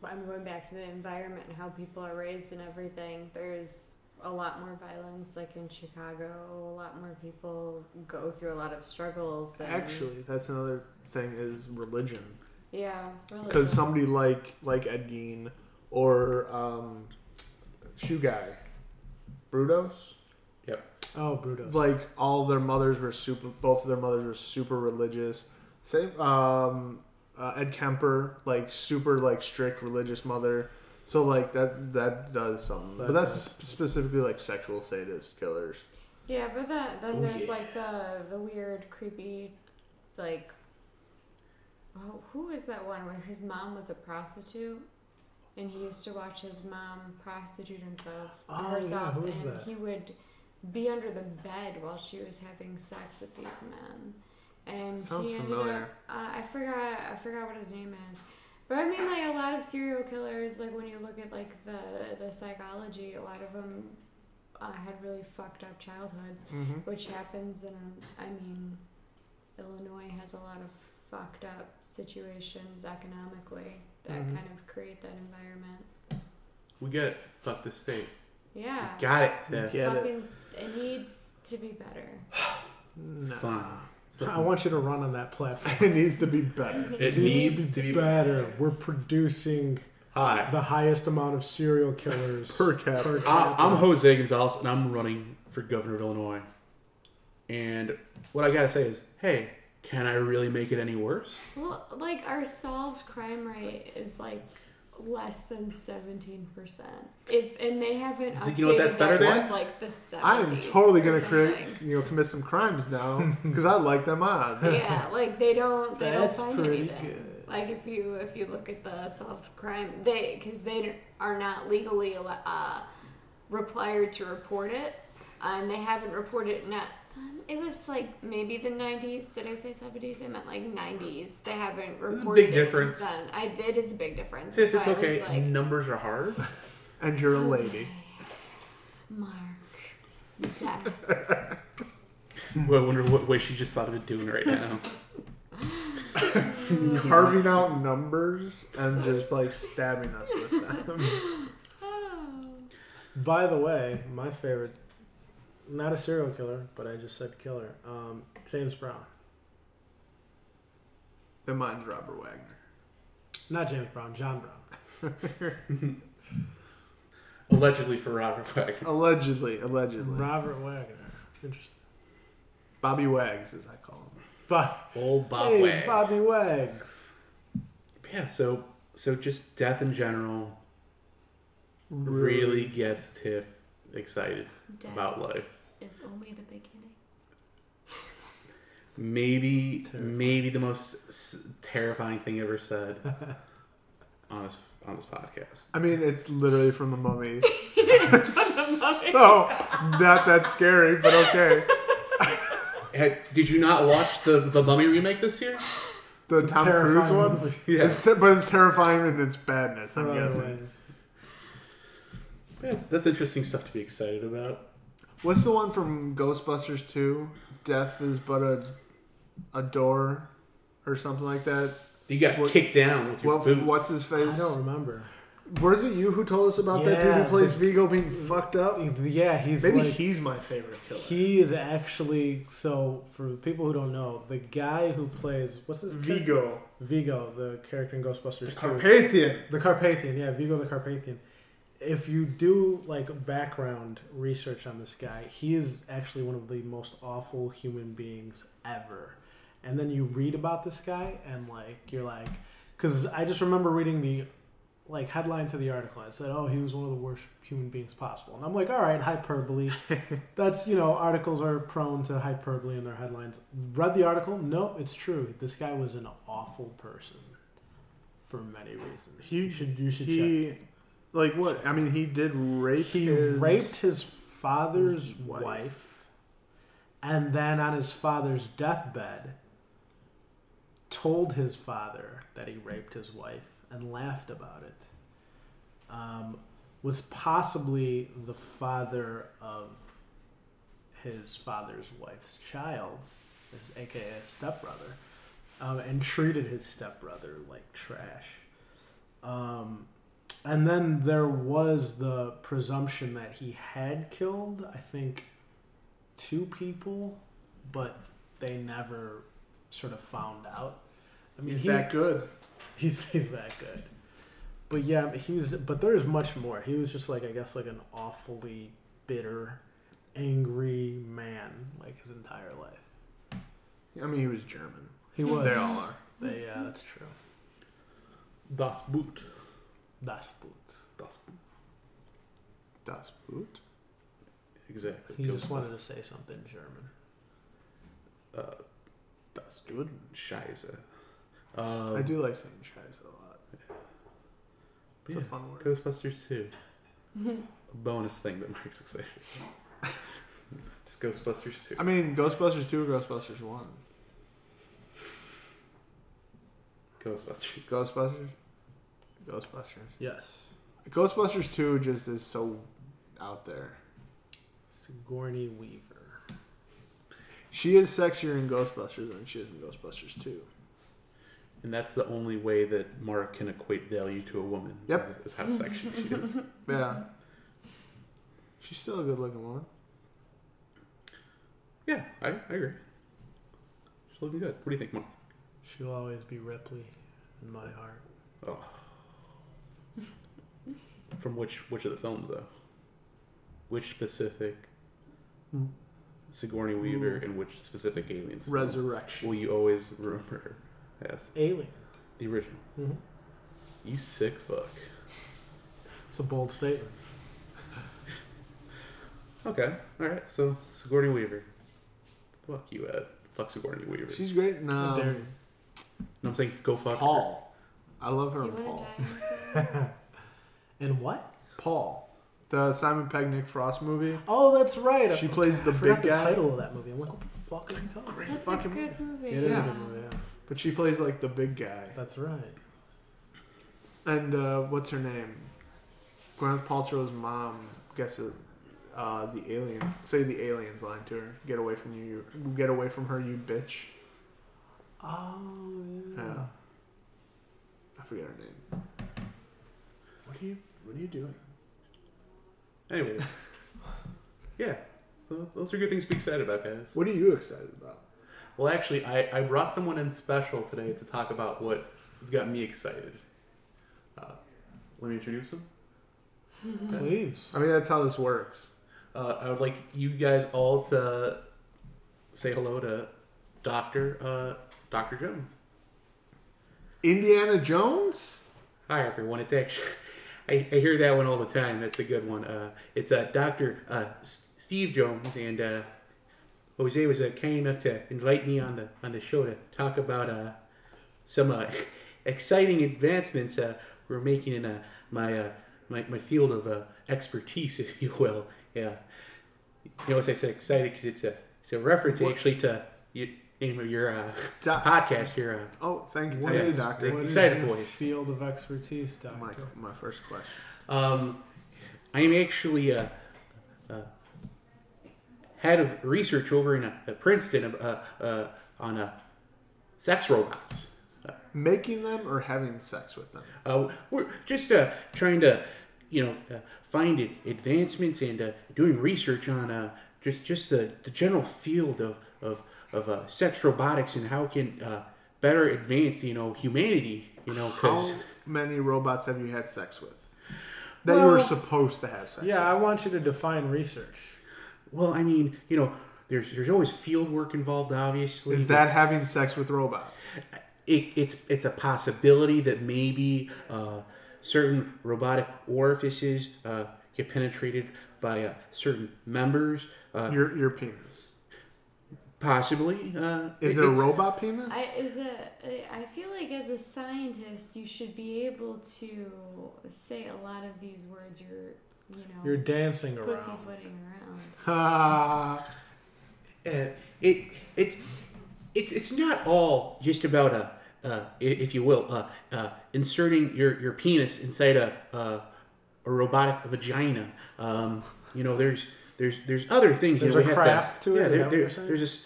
S7: I'm going back to the environment and how people are raised and everything. There's a lot more violence, like in Chicago. A lot more people go through a lot of struggles. And,
S5: Actually, that's another thing is religion,
S7: Oh, yeah, really.
S5: because somebody like like Ed Gein or um, Shoe Guy, Brutos,
S6: Oh, Brutus.
S5: like all their mothers were super. Both of their mothers were super religious. Same um, uh, Ed Kemper, like super like strict religious mother. So like that that does something, but
S6: That
S5: that's specifically like sexual sadist killers.
S7: Yeah, but that, then
S5: Oh,
S7: there's
S5: yeah.
S7: like the the weird, creepy, like. Oh, who is that one where his mom was a prostitute, and he used to watch his mom prostitute himself
S6: Oh, yeah,
S7: herself,
S6: who is
S7: and
S6: that?
S7: he would be under the bed while she was having sex with these men, and
S4: Sounds
S7: he ended
S4: familiar.
S7: up. Uh, I forgot. I forgot what his name is. But I mean, like a lot of serial killers, like when you look at like the the psychology, a lot of them uh, had really fucked up childhoods,
S5: Mm-hmm.
S7: which happens. And I mean, Illinois has a lot of fucked up situations economically that
S4: Mm-hmm.
S5: Mhm.
S7: kind of create that environment.
S4: We get it. Fuck the state.
S7: Yeah,
S4: Got it, Tiff.
S5: Get it?
S7: fucking, it needs to be better.
S5: No.
S4: Fine. So-
S6: I want you to run on that platform.
S5: It needs to be better.
S4: it needs to be
S6: better. We're producing
S4: high.
S6: the highest amount of serial killers
S5: Per capita. Ah,
S4: I, I'm Jose Gonzalez, and I'm running for governor of Illinois. And what I gotta say is, hey, can I really make it any worse?
S7: Well, like our solved crime rate is like less than seventeen percent. If and they haven't updated
S4: Think you know what that's better
S7: that
S4: than?
S7: since, like the
S5: I am
S7: 70s
S5: totally
S7: or
S5: gonna create,
S7: something.
S5: you know, commit some crimes now because I like them odds.
S7: yeah, like they don't they
S6: That's
S7: don't find
S6: pretty
S7: anything.
S6: good.
S7: Like if you if you look at the solved crime, they because they are not legally al- uh, required to report it, uh, and they haven't reported it. Not um, it was like maybe the nineties. Did I say seventies? I meant like nineties. They haven't
S4: a
S7: reported
S4: big
S7: it
S4: difference.
S7: since then. I, it is a big difference.
S4: Tiff,
S7: That's
S4: it's
S7: why I was
S4: okay.
S7: like,
S4: Numbers are hard.
S5: And you're a lady.
S7: Mark, Jack.
S4: Well, I wonder what way she just thought of doing right now.
S5: Carving out numbers and just like stabbing us with them.
S7: Oh.
S6: By the way, my favorite, not a serial killer, but I just said killer, um, James Brown.
S5: Then mine's Robert Wagner.
S6: Not James Brown, John Brown.
S4: Allegedly for Robert Wagner.
S5: Allegedly, allegedly.
S6: Robert Wagner. Interesting.
S5: Bobby Wags, as I call him.
S6: Bob,
S4: Old Bob
S6: hey,
S4: Wag.
S6: Bobby Wags.
S4: Yeah. So, so just death in general really gets Tiff excited
S7: Death
S4: about life.
S7: is only the beginning.
S4: Maybe, maybe the most s- terrifying thing ever said on this on this podcast.
S5: I mean, it's literally from the mummy. so, not that scary, but okay.
S4: Hey, did you not watch the the Mummy remake this year?
S5: The Tom Cruise
S6: terrifying
S5: one?
S6: movie.
S4: Yeah.
S5: It's te- but it's terrifying in its badness, I'm
S6: Robert
S5: guessing.
S6: Wags.
S4: That's, that's interesting stuff to be excited about.
S5: What's the one from Ghostbusters 2? Death is but a, a door or something like that.
S4: You got
S5: What-
S4: kicked down with your
S5: What,
S4: boots.
S5: what's his
S6: I
S5: face?
S6: don't remember.
S5: Was it you who told us about that dude
S6: Yeah,
S5: who plays
S6: the-
S5: Vigo being fucked up?
S6: Oh, Yeah, he's
S5: Maybe
S6: like,
S5: he's my favorite killer.
S6: He is actually so. For people who don't know, the guy who plays what's his character?
S5: Vigo.
S6: Vigo, the character in Ghostbusters. two.
S5: Carpathian.
S6: The Carpathian, yeah, Vigo the Carpathian. If you do like background research on this guy, he is actually one of the most awful human beings ever. And then you read about this guy, and like you're like, because I just remember reading the like headline to the article. It said, "Oh, he was one of the worst human beings possible," and I'm like, "All right, hyperbole. That's you know, articles are prone to hyperbole in their headlines." Read the article. No, it's true. This guy was an awful person for many reasons.
S5: He-
S6: you should you should check.
S5: He, like what? I mean, he did rape.
S6: He
S5: his-
S6: raped his father's
S5: wife.
S6: wife. and then on his father's deathbed, told his father that he raped his wife and laughed about it. Um, was possibly the father of his father's wife's child, his aka stepbrother, um, and treated his stepbrother like trash. Um, and then there was the presumption that he had killed, I think, two people, but they never sort of found out. I mean,
S5: He's
S6: he-
S5: that good.
S6: he's he's that good. But yeah, he was. But there's much more. He was just like I guess like an awfully bitter, angry man like his entire life.
S5: I mean, he was German.
S6: He was.
S5: They all are.
S6: They- yeah, that's true.
S4: Das Boot.
S6: Das Boot.
S4: Das Boot.
S5: Das Boot.
S4: exactly.
S6: He just
S4: Ghostbusters.
S6: wanted to say something German.
S5: That's good.
S4: Scheiße. Um,
S5: I do like saying Scheiße a lot. It's a
S4: yeah,
S5: fun word.
S4: Ghostbusters 2. a bonus thing that Mark's excited for. Just Ghostbusters 2.
S5: I mean, Ghostbusters 2 or Ghostbusters 1?
S4: Ghostbusters.
S5: Ghostbusters? Ghostbusters.
S6: Yes.
S5: Ghostbusters 2 just is so out there.
S6: Sigourney Weaver.
S5: She is sexier in Ghostbusters than she is in Ghostbusters 2.
S4: And that's the only way that Mark can equate value to a woman.
S5: Yep.
S4: Is, is how sexy she is.
S5: Yeah. She's still a good looking woman.
S4: Yeah, I, I agree. She's looking good. What do you think, Mark?
S6: She'll always be Ripley in my heart.
S4: Oh. From which which of the films though? Which specific
S5: Hmm.
S4: Sigourney Weaver and which specific aliens?
S5: Resurrection.
S4: Will you always remember her as
S6: Alien.
S4: the original?
S5: Mm-hmm.
S6: Mhm.
S4: You sick fuck.
S6: It's a bold statement.
S4: Okay, all right. So Sigourney Weaver. Fuck you, Ed. Fuck Sigourney Weaver.
S5: She's great in
S6: How dare
S5: um,
S6: you.
S4: no, I'm saying go fuck her.
S5: Paul. I love
S7: Do
S5: her
S7: you
S5: in
S7: want to
S5: Paul.
S7: die inside?
S6: And what?
S5: Paul. The Simon Pegg Nick Frost movie.
S6: Oh, that's right. I-
S5: She plays the
S6: I forgot
S5: big
S6: the
S5: guy.
S6: title of that movie. I'm like, what the fuck are you talking about?
S7: That's a
S5: fucking
S7: good movie.
S6: It is
S5: Yeah.
S6: a good movie, yeah.
S5: But she plays like the big guy.
S6: That's right.
S5: And uh, what's her name? Gwyneth Paltrow's mom gets a, uh, the aliens say the aliens line to her. Get away from you, you get away from her, you bitch.
S6: Oh, yeah.
S5: Yeah. I forget her name. What are you what are you doing?
S4: Anyway. yeah. So those are good things to be excited about, guys.
S5: What are you excited about?
S4: Well, actually, I, I brought someone in special today to talk about what has got me excited. Uh, let me introduce him.
S6: Please.
S5: I mean that's how this works.
S4: Uh, I would like you guys all to say hello to Doctor uh, Doctor Jones.
S5: Indiana Jones?
S4: Hi everyone. It's actually I, I hear that one all the time. That's a good one. Uh, it's uh, Doctor uh, S- Steve Jones and uh, Jose was uh, kind enough to invite me on the on the show to talk about uh, some uh, exciting advancements uh, we're making in uh, my, uh, my my field of uh, expertise, if you will. Yeah. You know, as I said, excited because it's a it's a reference actually to your name of your uh,
S5: Doc-
S4: podcast here. Uh,
S5: Oh, thank you.
S6: What
S5: Thank you,
S4: is-
S5: Doctor.
S4: what
S6: is
S4: Excited
S6: your
S4: boys.
S6: Field of expertise, Doctor.
S5: my, my first question.
S4: Um, I'm actually a, a head of research over in uh Princeton uh, uh, on uh, sex robots.
S5: Making them or having sex with them?
S4: Uh, we're just uh, trying to, you know, uh, find ad- advancements and uh, doing research on uh, just just the, the general field of of, of uh, sex robotics and how it can uh, better advance, you know, humanity. You know,
S5: How
S4: because
S5: many robots have you had sex with? That you were
S4: Well-
S5: supposed to have sex
S6: Yeah, I
S5: with.
S6: want you to define research.
S4: well, I mean, you know, there's there's always field work involved, obviously.
S5: Is
S4: but-
S5: that having sex with robots?
S4: it, it's it's a possibility that maybe uh, certain robotic orifices uh, get penetrated by uh, certain members, uh,
S5: Your your penis.
S4: possibly. Uh,
S5: Is there a
S4: it's-
S5: robot penis?
S7: I is a I feel like as a scientist you should be able to say a lot of these words you're you know
S6: You're dancing around.
S7: pussyfooting around.
S5: Ha.
S4: uh, it it it's it's not all just about a uh, i- if you will uh, uh, inserting your your penis inside a uh, a robotic vagina. Um, you know, there's there's there's other things.
S6: There's
S4: you know,
S6: a
S4: we
S6: craft
S4: have
S6: to it,
S4: Yeah,
S6: is that
S4: there,
S6: what
S4: there-
S6: you're saying?
S4: there's this.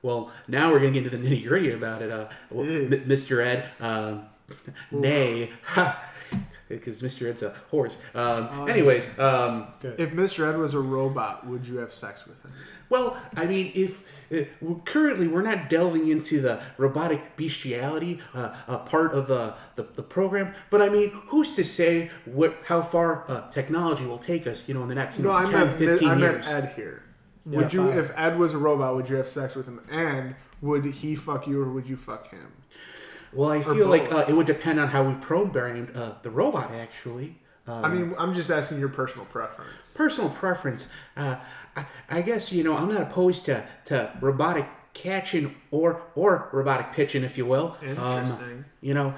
S4: Well, now we're gonna get into the nitty gritty about it. Uh, well,
S5: Ew.
S4: M- Mr. Ed, um, nay, because Mr. Ed's a horse. Um, anyways, um,
S6: Good.
S5: if Mr. Ed was a robot, would you have sex with him?
S4: well, I mean, if uh, we're- currently we're not delving into the robotic bestiality uh, uh, part of the, the the program, but I mean, who's to say what how far uh, technology will take us? You know, in the next you
S5: No,
S4: know,
S5: I
S4: 10,
S5: meant Mi-
S4: 15
S5: I
S4: years.
S5: meant Ed here. Would
S6: Yeah,
S5: you,
S6: fine.
S5: if Ed was a robot, would you have sex with him? And would he fuck you or would you fuck him?
S4: well, I feel like
S5: both.
S4: uh, it would depend on how we programmed uh, the robot. Actually,
S5: I mean, I'm just asking your personal preference.
S4: personal preference. Uh, I, I guess you know I'm not opposed to to robotic catching or or robotic pitching, if you will. Um,
S5: Interesting.
S4: you know,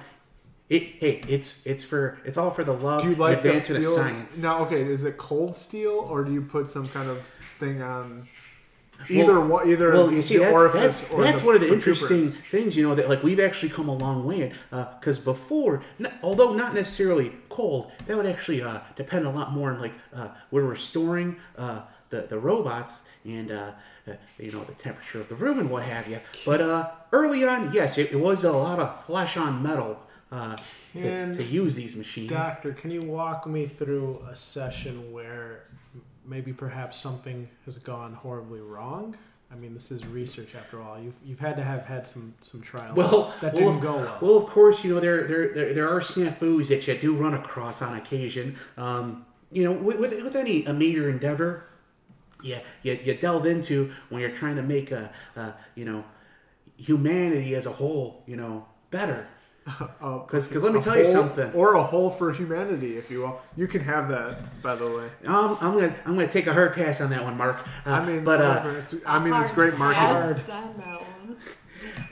S4: it, hey, it's it's for it's all for the love
S5: Do you like
S4: and
S5: the
S4: advancement
S5: feel?
S4: of science.
S5: No, okay. Is it cold steel or do you put some kind of thing on? Either
S4: well,
S5: one, either
S4: well, you see,
S5: the
S4: that's,
S5: orifice
S4: that's,
S5: or
S4: that's
S5: the
S4: one of the interesting
S5: protuberance.
S4: things, you know, that like we've actually come a long way. Because before, n- although not necessarily cold, that would actually uh, depend a lot more on like uh, we're restoring uh, the the robots and uh, uh, you know the temperature of the room and what have you. But uh, early on, yes, it, it was a lot of flesh on metal uh, to,
S6: And
S4: to use these machines.
S6: Doctor, can you walk me through a session where maybe perhaps something has gone horribly wrong? I mean, this is research after all. You've, you've had to have had some, some trials
S4: Well,
S6: that
S4: well,
S6: didn't
S4: of-
S6: go well.
S4: well, of course, you know there there there, there are snafus that you do run across on occasion. Um, you know, with, with with any a major endeavor, yeah, you, you delve into when you're trying to make a, a you know humanity as a whole, you know, better. Because let me
S5: Uh, A
S4: tell you
S5: hole-
S4: something.
S5: or a hole for humanity, if you will. You can have that, by the way.
S4: I'm, Um, I'm gonna I'm gonna take a hard pass on that one, Mark. Uh,
S5: I mean,
S4: but uh,
S5: whatever, it's, I mean, it's great marketing.
S7: Hard pass on that one.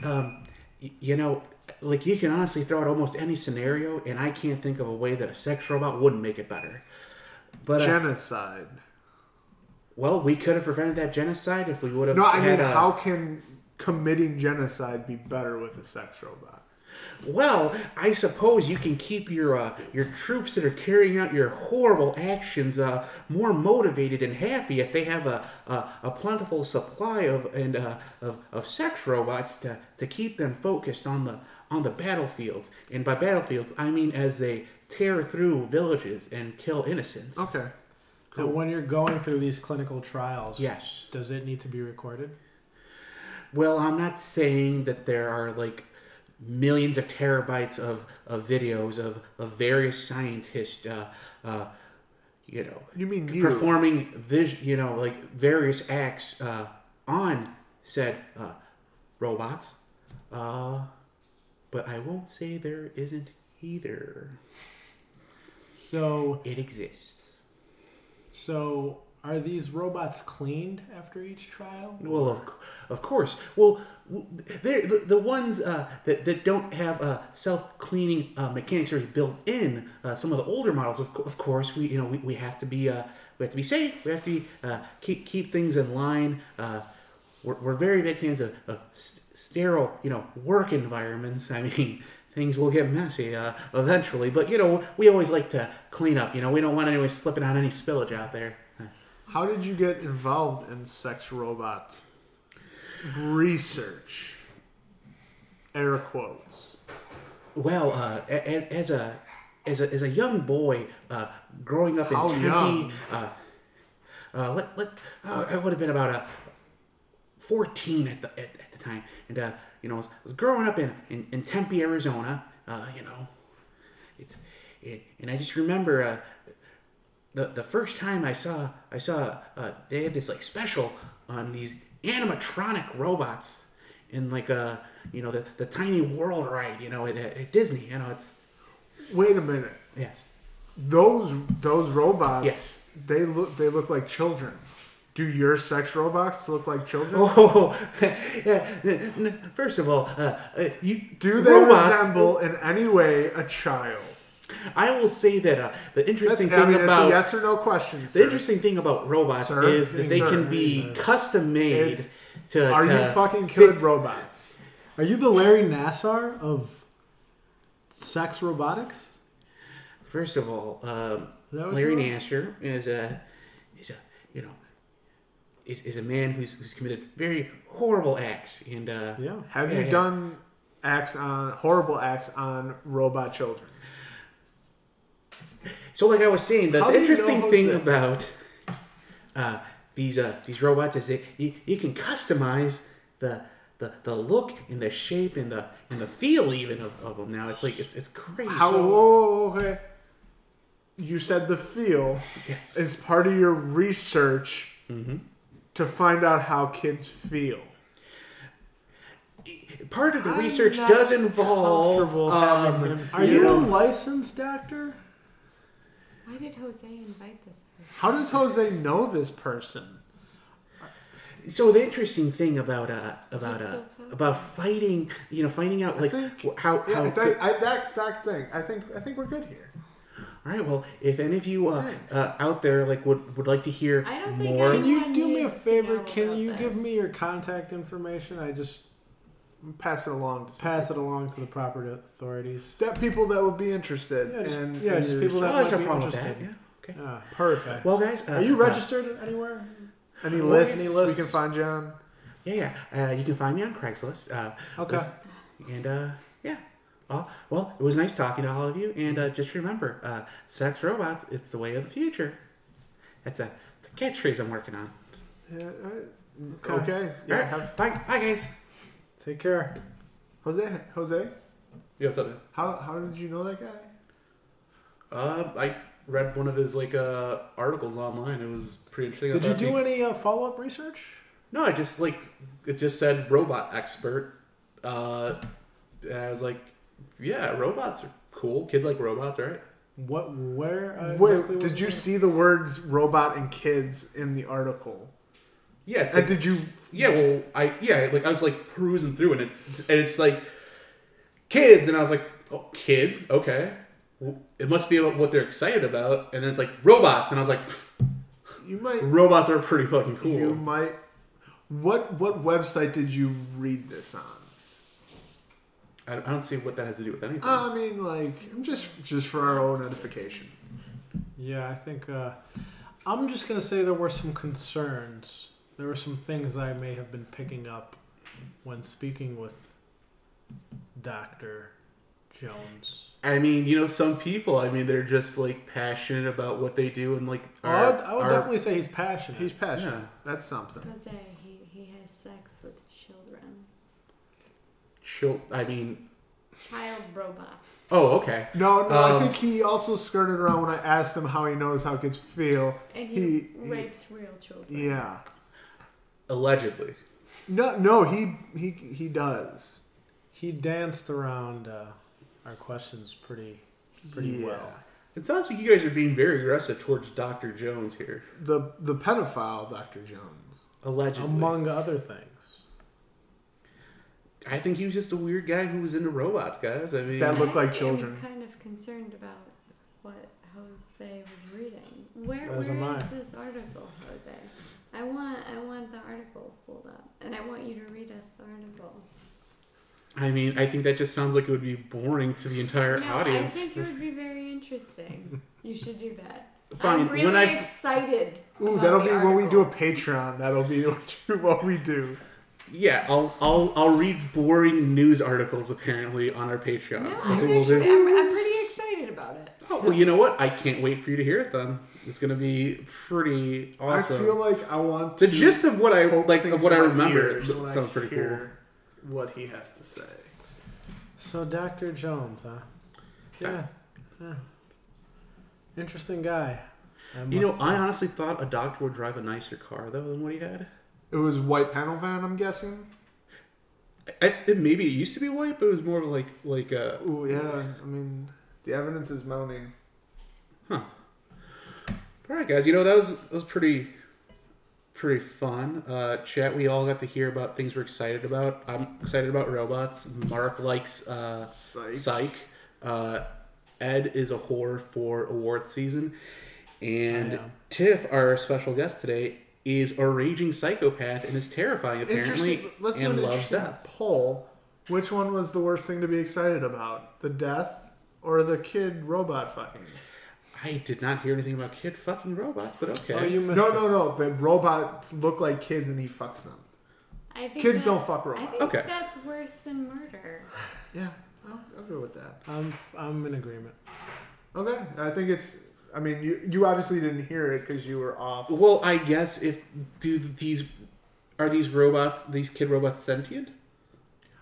S4: y- you know, like you can honestly throw out almost any scenario, and I can't think of a way that a sex robot wouldn't make it better. But uh,
S5: Genocide.
S4: Well, we could have prevented that genocide if we would have.
S5: No, I mean,
S4: had uh, a-
S5: how can committing genocide be better with a sex robot?
S4: Well, I suppose you can keep your uh, your troops that are carrying out your horrible actions uh, more motivated and happy if they have a a, a plentiful supply of and uh, of, of sex robots to, to keep them focused on the on the battlefields. And by battlefields, I mean as they tear through villages and kill innocents.
S5: Okay.
S6: Now, when you're going through these clinical trials,
S4: Yes.
S6: does it need to be recorded?
S4: Well, I'm not saying that there are like millions of terabytes of, of videos of, of various scientists, uh, uh, you know,
S5: You mean you.
S4: performing vis- you know, like various acts uh, on said uh, robots. Uh, but I won't say there isn't either.
S6: So,
S4: It exists.
S6: so are these robots cleaned after each trial?
S4: Well, of, c- of course. Well, w- they're, the, the ones uh, that, that don't have uh, self-cleaning uh, mechanics already built in, uh, some of the older models, of, co- of course, we you know we, we have to be uh, we have to be safe. We have to be, uh, keep keep things in line. Uh, we're, we're very big fans of, of s- sterile, you know, work environments. I mean, things will get messy uh, eventually, but you know, we always like to clean up. You know, we don't want anyone slipping on any spillage out there.
S5: How did you get involved in sex robot research? Air quotes.
S4: Well, uh, a- a- as a as a as a young boy uh, growing up in
S5: How
S4: Tempe,
S5: young?
S4: Uh, uh, let let uh, I would have been about uh, fourteen at the at, at the time, and uh, you know, I was, I was growing up in in, in Tempe, Arizona. Uh, you know, it's it, and I just remember. Uh, the, the first time I saw I saw uh, they had this like special on these animatronic robots in like a you know the, the tiny world ride you know at, at Disney you know it's
S5: Wait a minute.
S4: yes
S5: Those those robots.
S4: Yes.
S5: They look they look like children. Do your sex robots look like children?
S4: oh first of all uh, uh, you
S5: Do they
S4: robots-
S5: resemble in any way a child?
S4: I will say that uh, the
S5: That's,
S4: interesting
S5: I
S4: thing
S5: mean, it's a
S4: about
S5: yes or no question.
S4: the
S5: Sir.
S4: interesting thing about robots
S5: Sir?
S4: is that they
S5: Sir.
S4: can be custom made
S5: It's-
S4: to
S5: Are
S4: to
S5: you fucking good
S4: fit-
S5: robots?
S6: Are you the Larry Nassar of sex robotics?
S4: First of all, um,
S6: that what
S4: Larry
S6: you are?
S4: Nasser is a is a you know is, is a man who's who's committed very horrible acts and uh,
S6: Yeah.
S5: Have
S4: Yeah,
S5: you
S4: yeah.
S5: done acts on horrible acts on robot children?
S4: So, like I was saying, the,
S5: How
S4: the
S5: do you know
S4: interesting
S5: Jose?
S4: thing about uh, these uh, these robots is that you, you can customize the, the the look and the shape and the and the feel even of, of them. Now it's like it's it's crazy.
S5: How? whoa, whoa, whoa, okay. You said the feel
S4: Yes.
S5: is part of your research
S6: Mm-hmm.
S5: to find out how kids feel.
S4: part of the
S5: I'm
S4: research
S5: not
S4: does involve
S5: comfortable
S4: um,
S5: having him
S6: Are
S5: feel-
S6: you a licensed doctor?
S7: Why did Jose invite this person?
S5: How does Jose know this person?
S4: So the interesting thing about uh about
S7: He's
S4: uh,
S7: still talking.
S4: about fighting, you know, finding out like
S5: think-
S4: wh- how
S5: Yeah,
S4: how.
S5: I think, I, that, that thing. I think I think we're good here.
S4: all right, well, if any of you uh,
S5: Thanks.
S4: uh, out there like would would like to hear
S7: I don't think
S4: more,
S7: I-
S6: Can you
S7: Everyone
S6: do me a
S7: needs to
S6: favor?
S7: know
S6: Can
S7: about
S6: you give
S7: this.
S6: me your contact information? I just
S5: Pass it along to some-
S6: pass it along to the proper authorities.
S5: that people that would be interested.
S6: Yeah, just-
S5: and,
S6: yeah,
S5: and
S6: just
S5: your-
S6: people that-
S4: well, that's Oh, no
S6: might be
S4: problem with that.
S6: interested.
S4: Yeah. Okay.
S6: Ah,
S5: perfect.
S4: Well, guys, uh,
S6: Are you
S4: uh,
S6: registered anywhere?
S5: Any
S6: Well,
S5: lists,
S6: any
S5: we
S6: lists?
S5: can find you on?
S4: yeah, yeah. Uh, you can find me on Craigslist. Uh,
S6: Okay.
S4: was- and uh, yeah. Well, well, it was nice talking to all of you. And uh, just remember, uh, sex robots, it's the way of the future. That's a, it's a catchphrase I'm working on.
S5: Yeah, uh, okay.
S6: Okay.
S5: Yeah.
S4: all right,
S5: Have,
S4: bye, bye, guys.
S6: Take care.
S5: Jose. Jose.
S4: Yeah, what's up, man?
S5: How how did you know that guy?
S4: Uh, I read one of his like uh, articles online. It was pretty interesting.
S6: Did you do any uh, follow up research?
S4: No, I just like it just said robot expert, uh, and I was like, yeah, robots are cool. Kids like robots, right?
S6: What? Where? Uh, exactly
S5: Wait,
S6: was
S5: did you
S6: it?
S5: see the words "robot" and "kids" in the article?
S4: Yeah, it's like,
S5: And did you?
S4: yeah. Well, I yeah, like I was like perusing through, and it's and it's like kids, and I was like, oh, kids, okay. Well, It must be about what they're excited about, and then it's like robots, and I was like,
S5: You might.
S4: robots are pretty fucking cool.
S5: You might. What what website did you read this on?
S4: I, I don't see what that has to do with anything.
S5: I mean, like, I'm just just for our own edification.
S6: Yeah, I think uh, I'm just gonna say there were some concerns. There were some things I may have been picking up when speaking with Doctor Jones.
S4: I mean, you know, some people. I mean, they're just like passionate about what they do, and like
S6: Oh,
S4: are-
S6: I would, I would
S4: are-
S6: definitely say he's passionate.
S5: He's passionate.
S4: Yeah.
S5: That's something.
S7: Jose, he, he has sex with children.
S4: She'll, I mean,
S7: Child robots.
S4: oh, okay.
S5: No, no. I
S4: Um,
S5: think he also skirted around when I asked him how he knows how kids feel.
S7: And
S5: He-
S7: he,
S5: he-
S7: rapes real children.
S5: Yeah.
S4: Allegedly.
S5: No, no. He he he does.
S6: he danced around uh, our questions pretty pretty
S5: Yeah.
S6: well.
S4: It sounds like you guys are being very aggressive towards Dr. Jones here.
S5: The the pedophile, Doctor Jones.
S4: Allegedly.
S6: Among other things.
S4: I think he was just a weird guy who was into robots, guys. I mean,
S5: That look like
S7: I am
S5: children.
S7: kind of concerned about what Jose was reading. Where
S6: As am
S7: where
S6: I.
S7: is this article, Jose? I want I want the article pulled up, and I want you to read us the article.
S4: I mean, I think that just sounds like it would be boring to the entire
S7: no,
S4: audience.
S7: I think it would be very interesting. You should do that.
S4: Fine,
S7: I'm really
S4: when I-
S7: excited.
S5: Ooh,
S7: about
S5: that'll
S7: the
S5: be when we do a
S7: article.
S5: Patreon. That'll be what you- what we do.
S4: yeah, I'll, I'll I'll read boring news articles apparently on our Patreon.
S7: No, I'm,
S4: That's what we'll do.
S7: actually, I'm, I'm pretty excited about it.
S4: Oh, well, you know what? I can't wait for you to hear it then. It's gonna be pretty awesome.
S5: I feel like I want
S4: the
S5: to
S4: gist of what I
S5: poke
S4: like,
S5: things
S4: of what I
S5: in my
S4: remember,
S5: ears when I
S4: sounds pretty cool.
S5: hear What he has to say.
S6: So Dr. Jones, huh? Yeah. yeah. Interesting guy. I
S4: You know,
S6: must
S4: I
S6: say.
S4: honestly thought a doctor would drive a nicer car though than what he had.
S5: It was white panel van. I'm guessing.
S4: I, it, maybe it used to be white, but it was more like like uh,
S5: Ooh, yeah. I mean, the evidence is mounting.
S4: All right, guys. You know that was that was pretty pretty fun uh, chat. We all got to hear about things we're excited about. I'm excited about robots. Mark likes uh,
S5: Psych.
S4: Psych. Uh, Ed is a whore for awards season, and
S6: am.
S4: Tiff, our special guest today, is a raging psychopath and is terrifying apparently,
S5: Interesting. Let's do
S4: and
S5: an
S4: loves
S5: interesting
S4: death.
S5: poll. Which one was the worst thing to be excited about? The death or the kid robot fucking?
S4: I did not hear anything about kid fucking robots, but okay.
S6: Oh, you missed
S5: No,
S6: it.
S5: no, no. The robots look like kids and he fucks them.
S7: I think
S5: Kids
S7: that-
S5: don't fuck
S7: I
S5: robots.
S7: think
S4: Okay.
S7: that's worse than murder.
S5: Yeah, I'll, I'll go with that.
S6: I'm I'm in agreement.
S5: Okay, I think it's. I mean, you you obviously didn't hear it because you were off.
S4: Well, I guess if do these are these robots these kid robots sentient?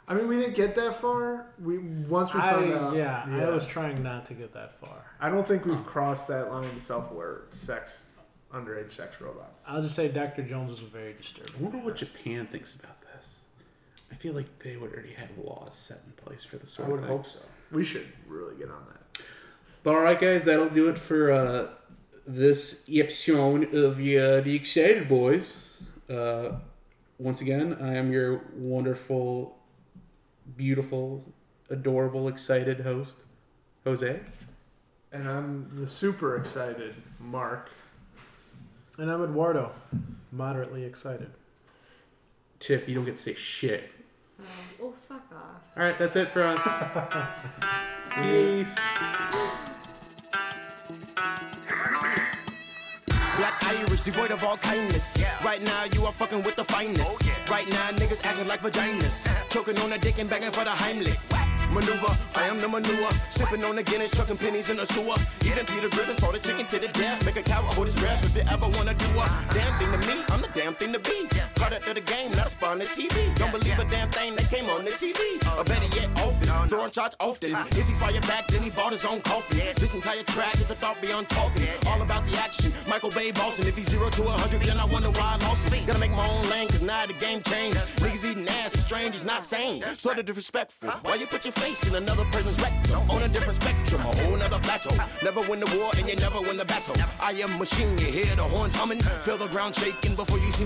S5: I mean, we didn't get that far. We once we
S6: I
S5: found out.
S6: yeah, I was trying not to get that far.
S5: I don't think we've crossed that line to self-aware sex, underage sex robots.
S6: I'll just say Dr. Jones was very
S4: I
S6: disturbing.
S4: wonder what Japan thinks about this. I feel like they would already have laws set in place for this
S5: I
S4: sort
S5: would
S4: of thing.
S5: hope so. We should really get on that.
S4: But all right, guys, that'll do it for uh, this episode of uh, the Excited Boys. Uh, once again, I am your wonderful, beautiful, adorable, excited host, Jose.
S5: And I'm the super excited Mark.
S6: And I'm Eduardo, moderately excited.
S4: Tiff, you don't get to say shit.
S7: Um, well, fuck off.
S4: All right, that's it for us. Peace.
S3: Black Irish, devoid of all kindness. Right now, you are fucking with the fineness. Right now, niggas acting like vaginas. Choking on a dick and begging for the Heimlich. Maneuver, I am the manure. Sipping on the Guinness, chucking pennies in the sewer. Even Peter Griffin fought a chicken to the death. Make a cow hold his breath if it ever wanna do a damn thing to me. I'm the damn thing to be. Product of the game, not a spawn on TV. Don't believe a damn thing that came on the TV. Or better yet, often. Throwing shots often. If he fire back, then he bought his own coffin. This entire track is a thought beyond talking. All about the action. Michael Bay Boston. If he's zero to a hundred, then I wonder why I lost it. Gotta make my own lane, cause now the game changed. Niggas eating ass, it's strange, it's not sane. Sort of disrespectful. Why you put your face in another person's rectum? On a different spectrum, a whole nother plateau. Never win the war and you never win the battle. I am machine, you hear the horns humming. Feel the ground shaking before you see me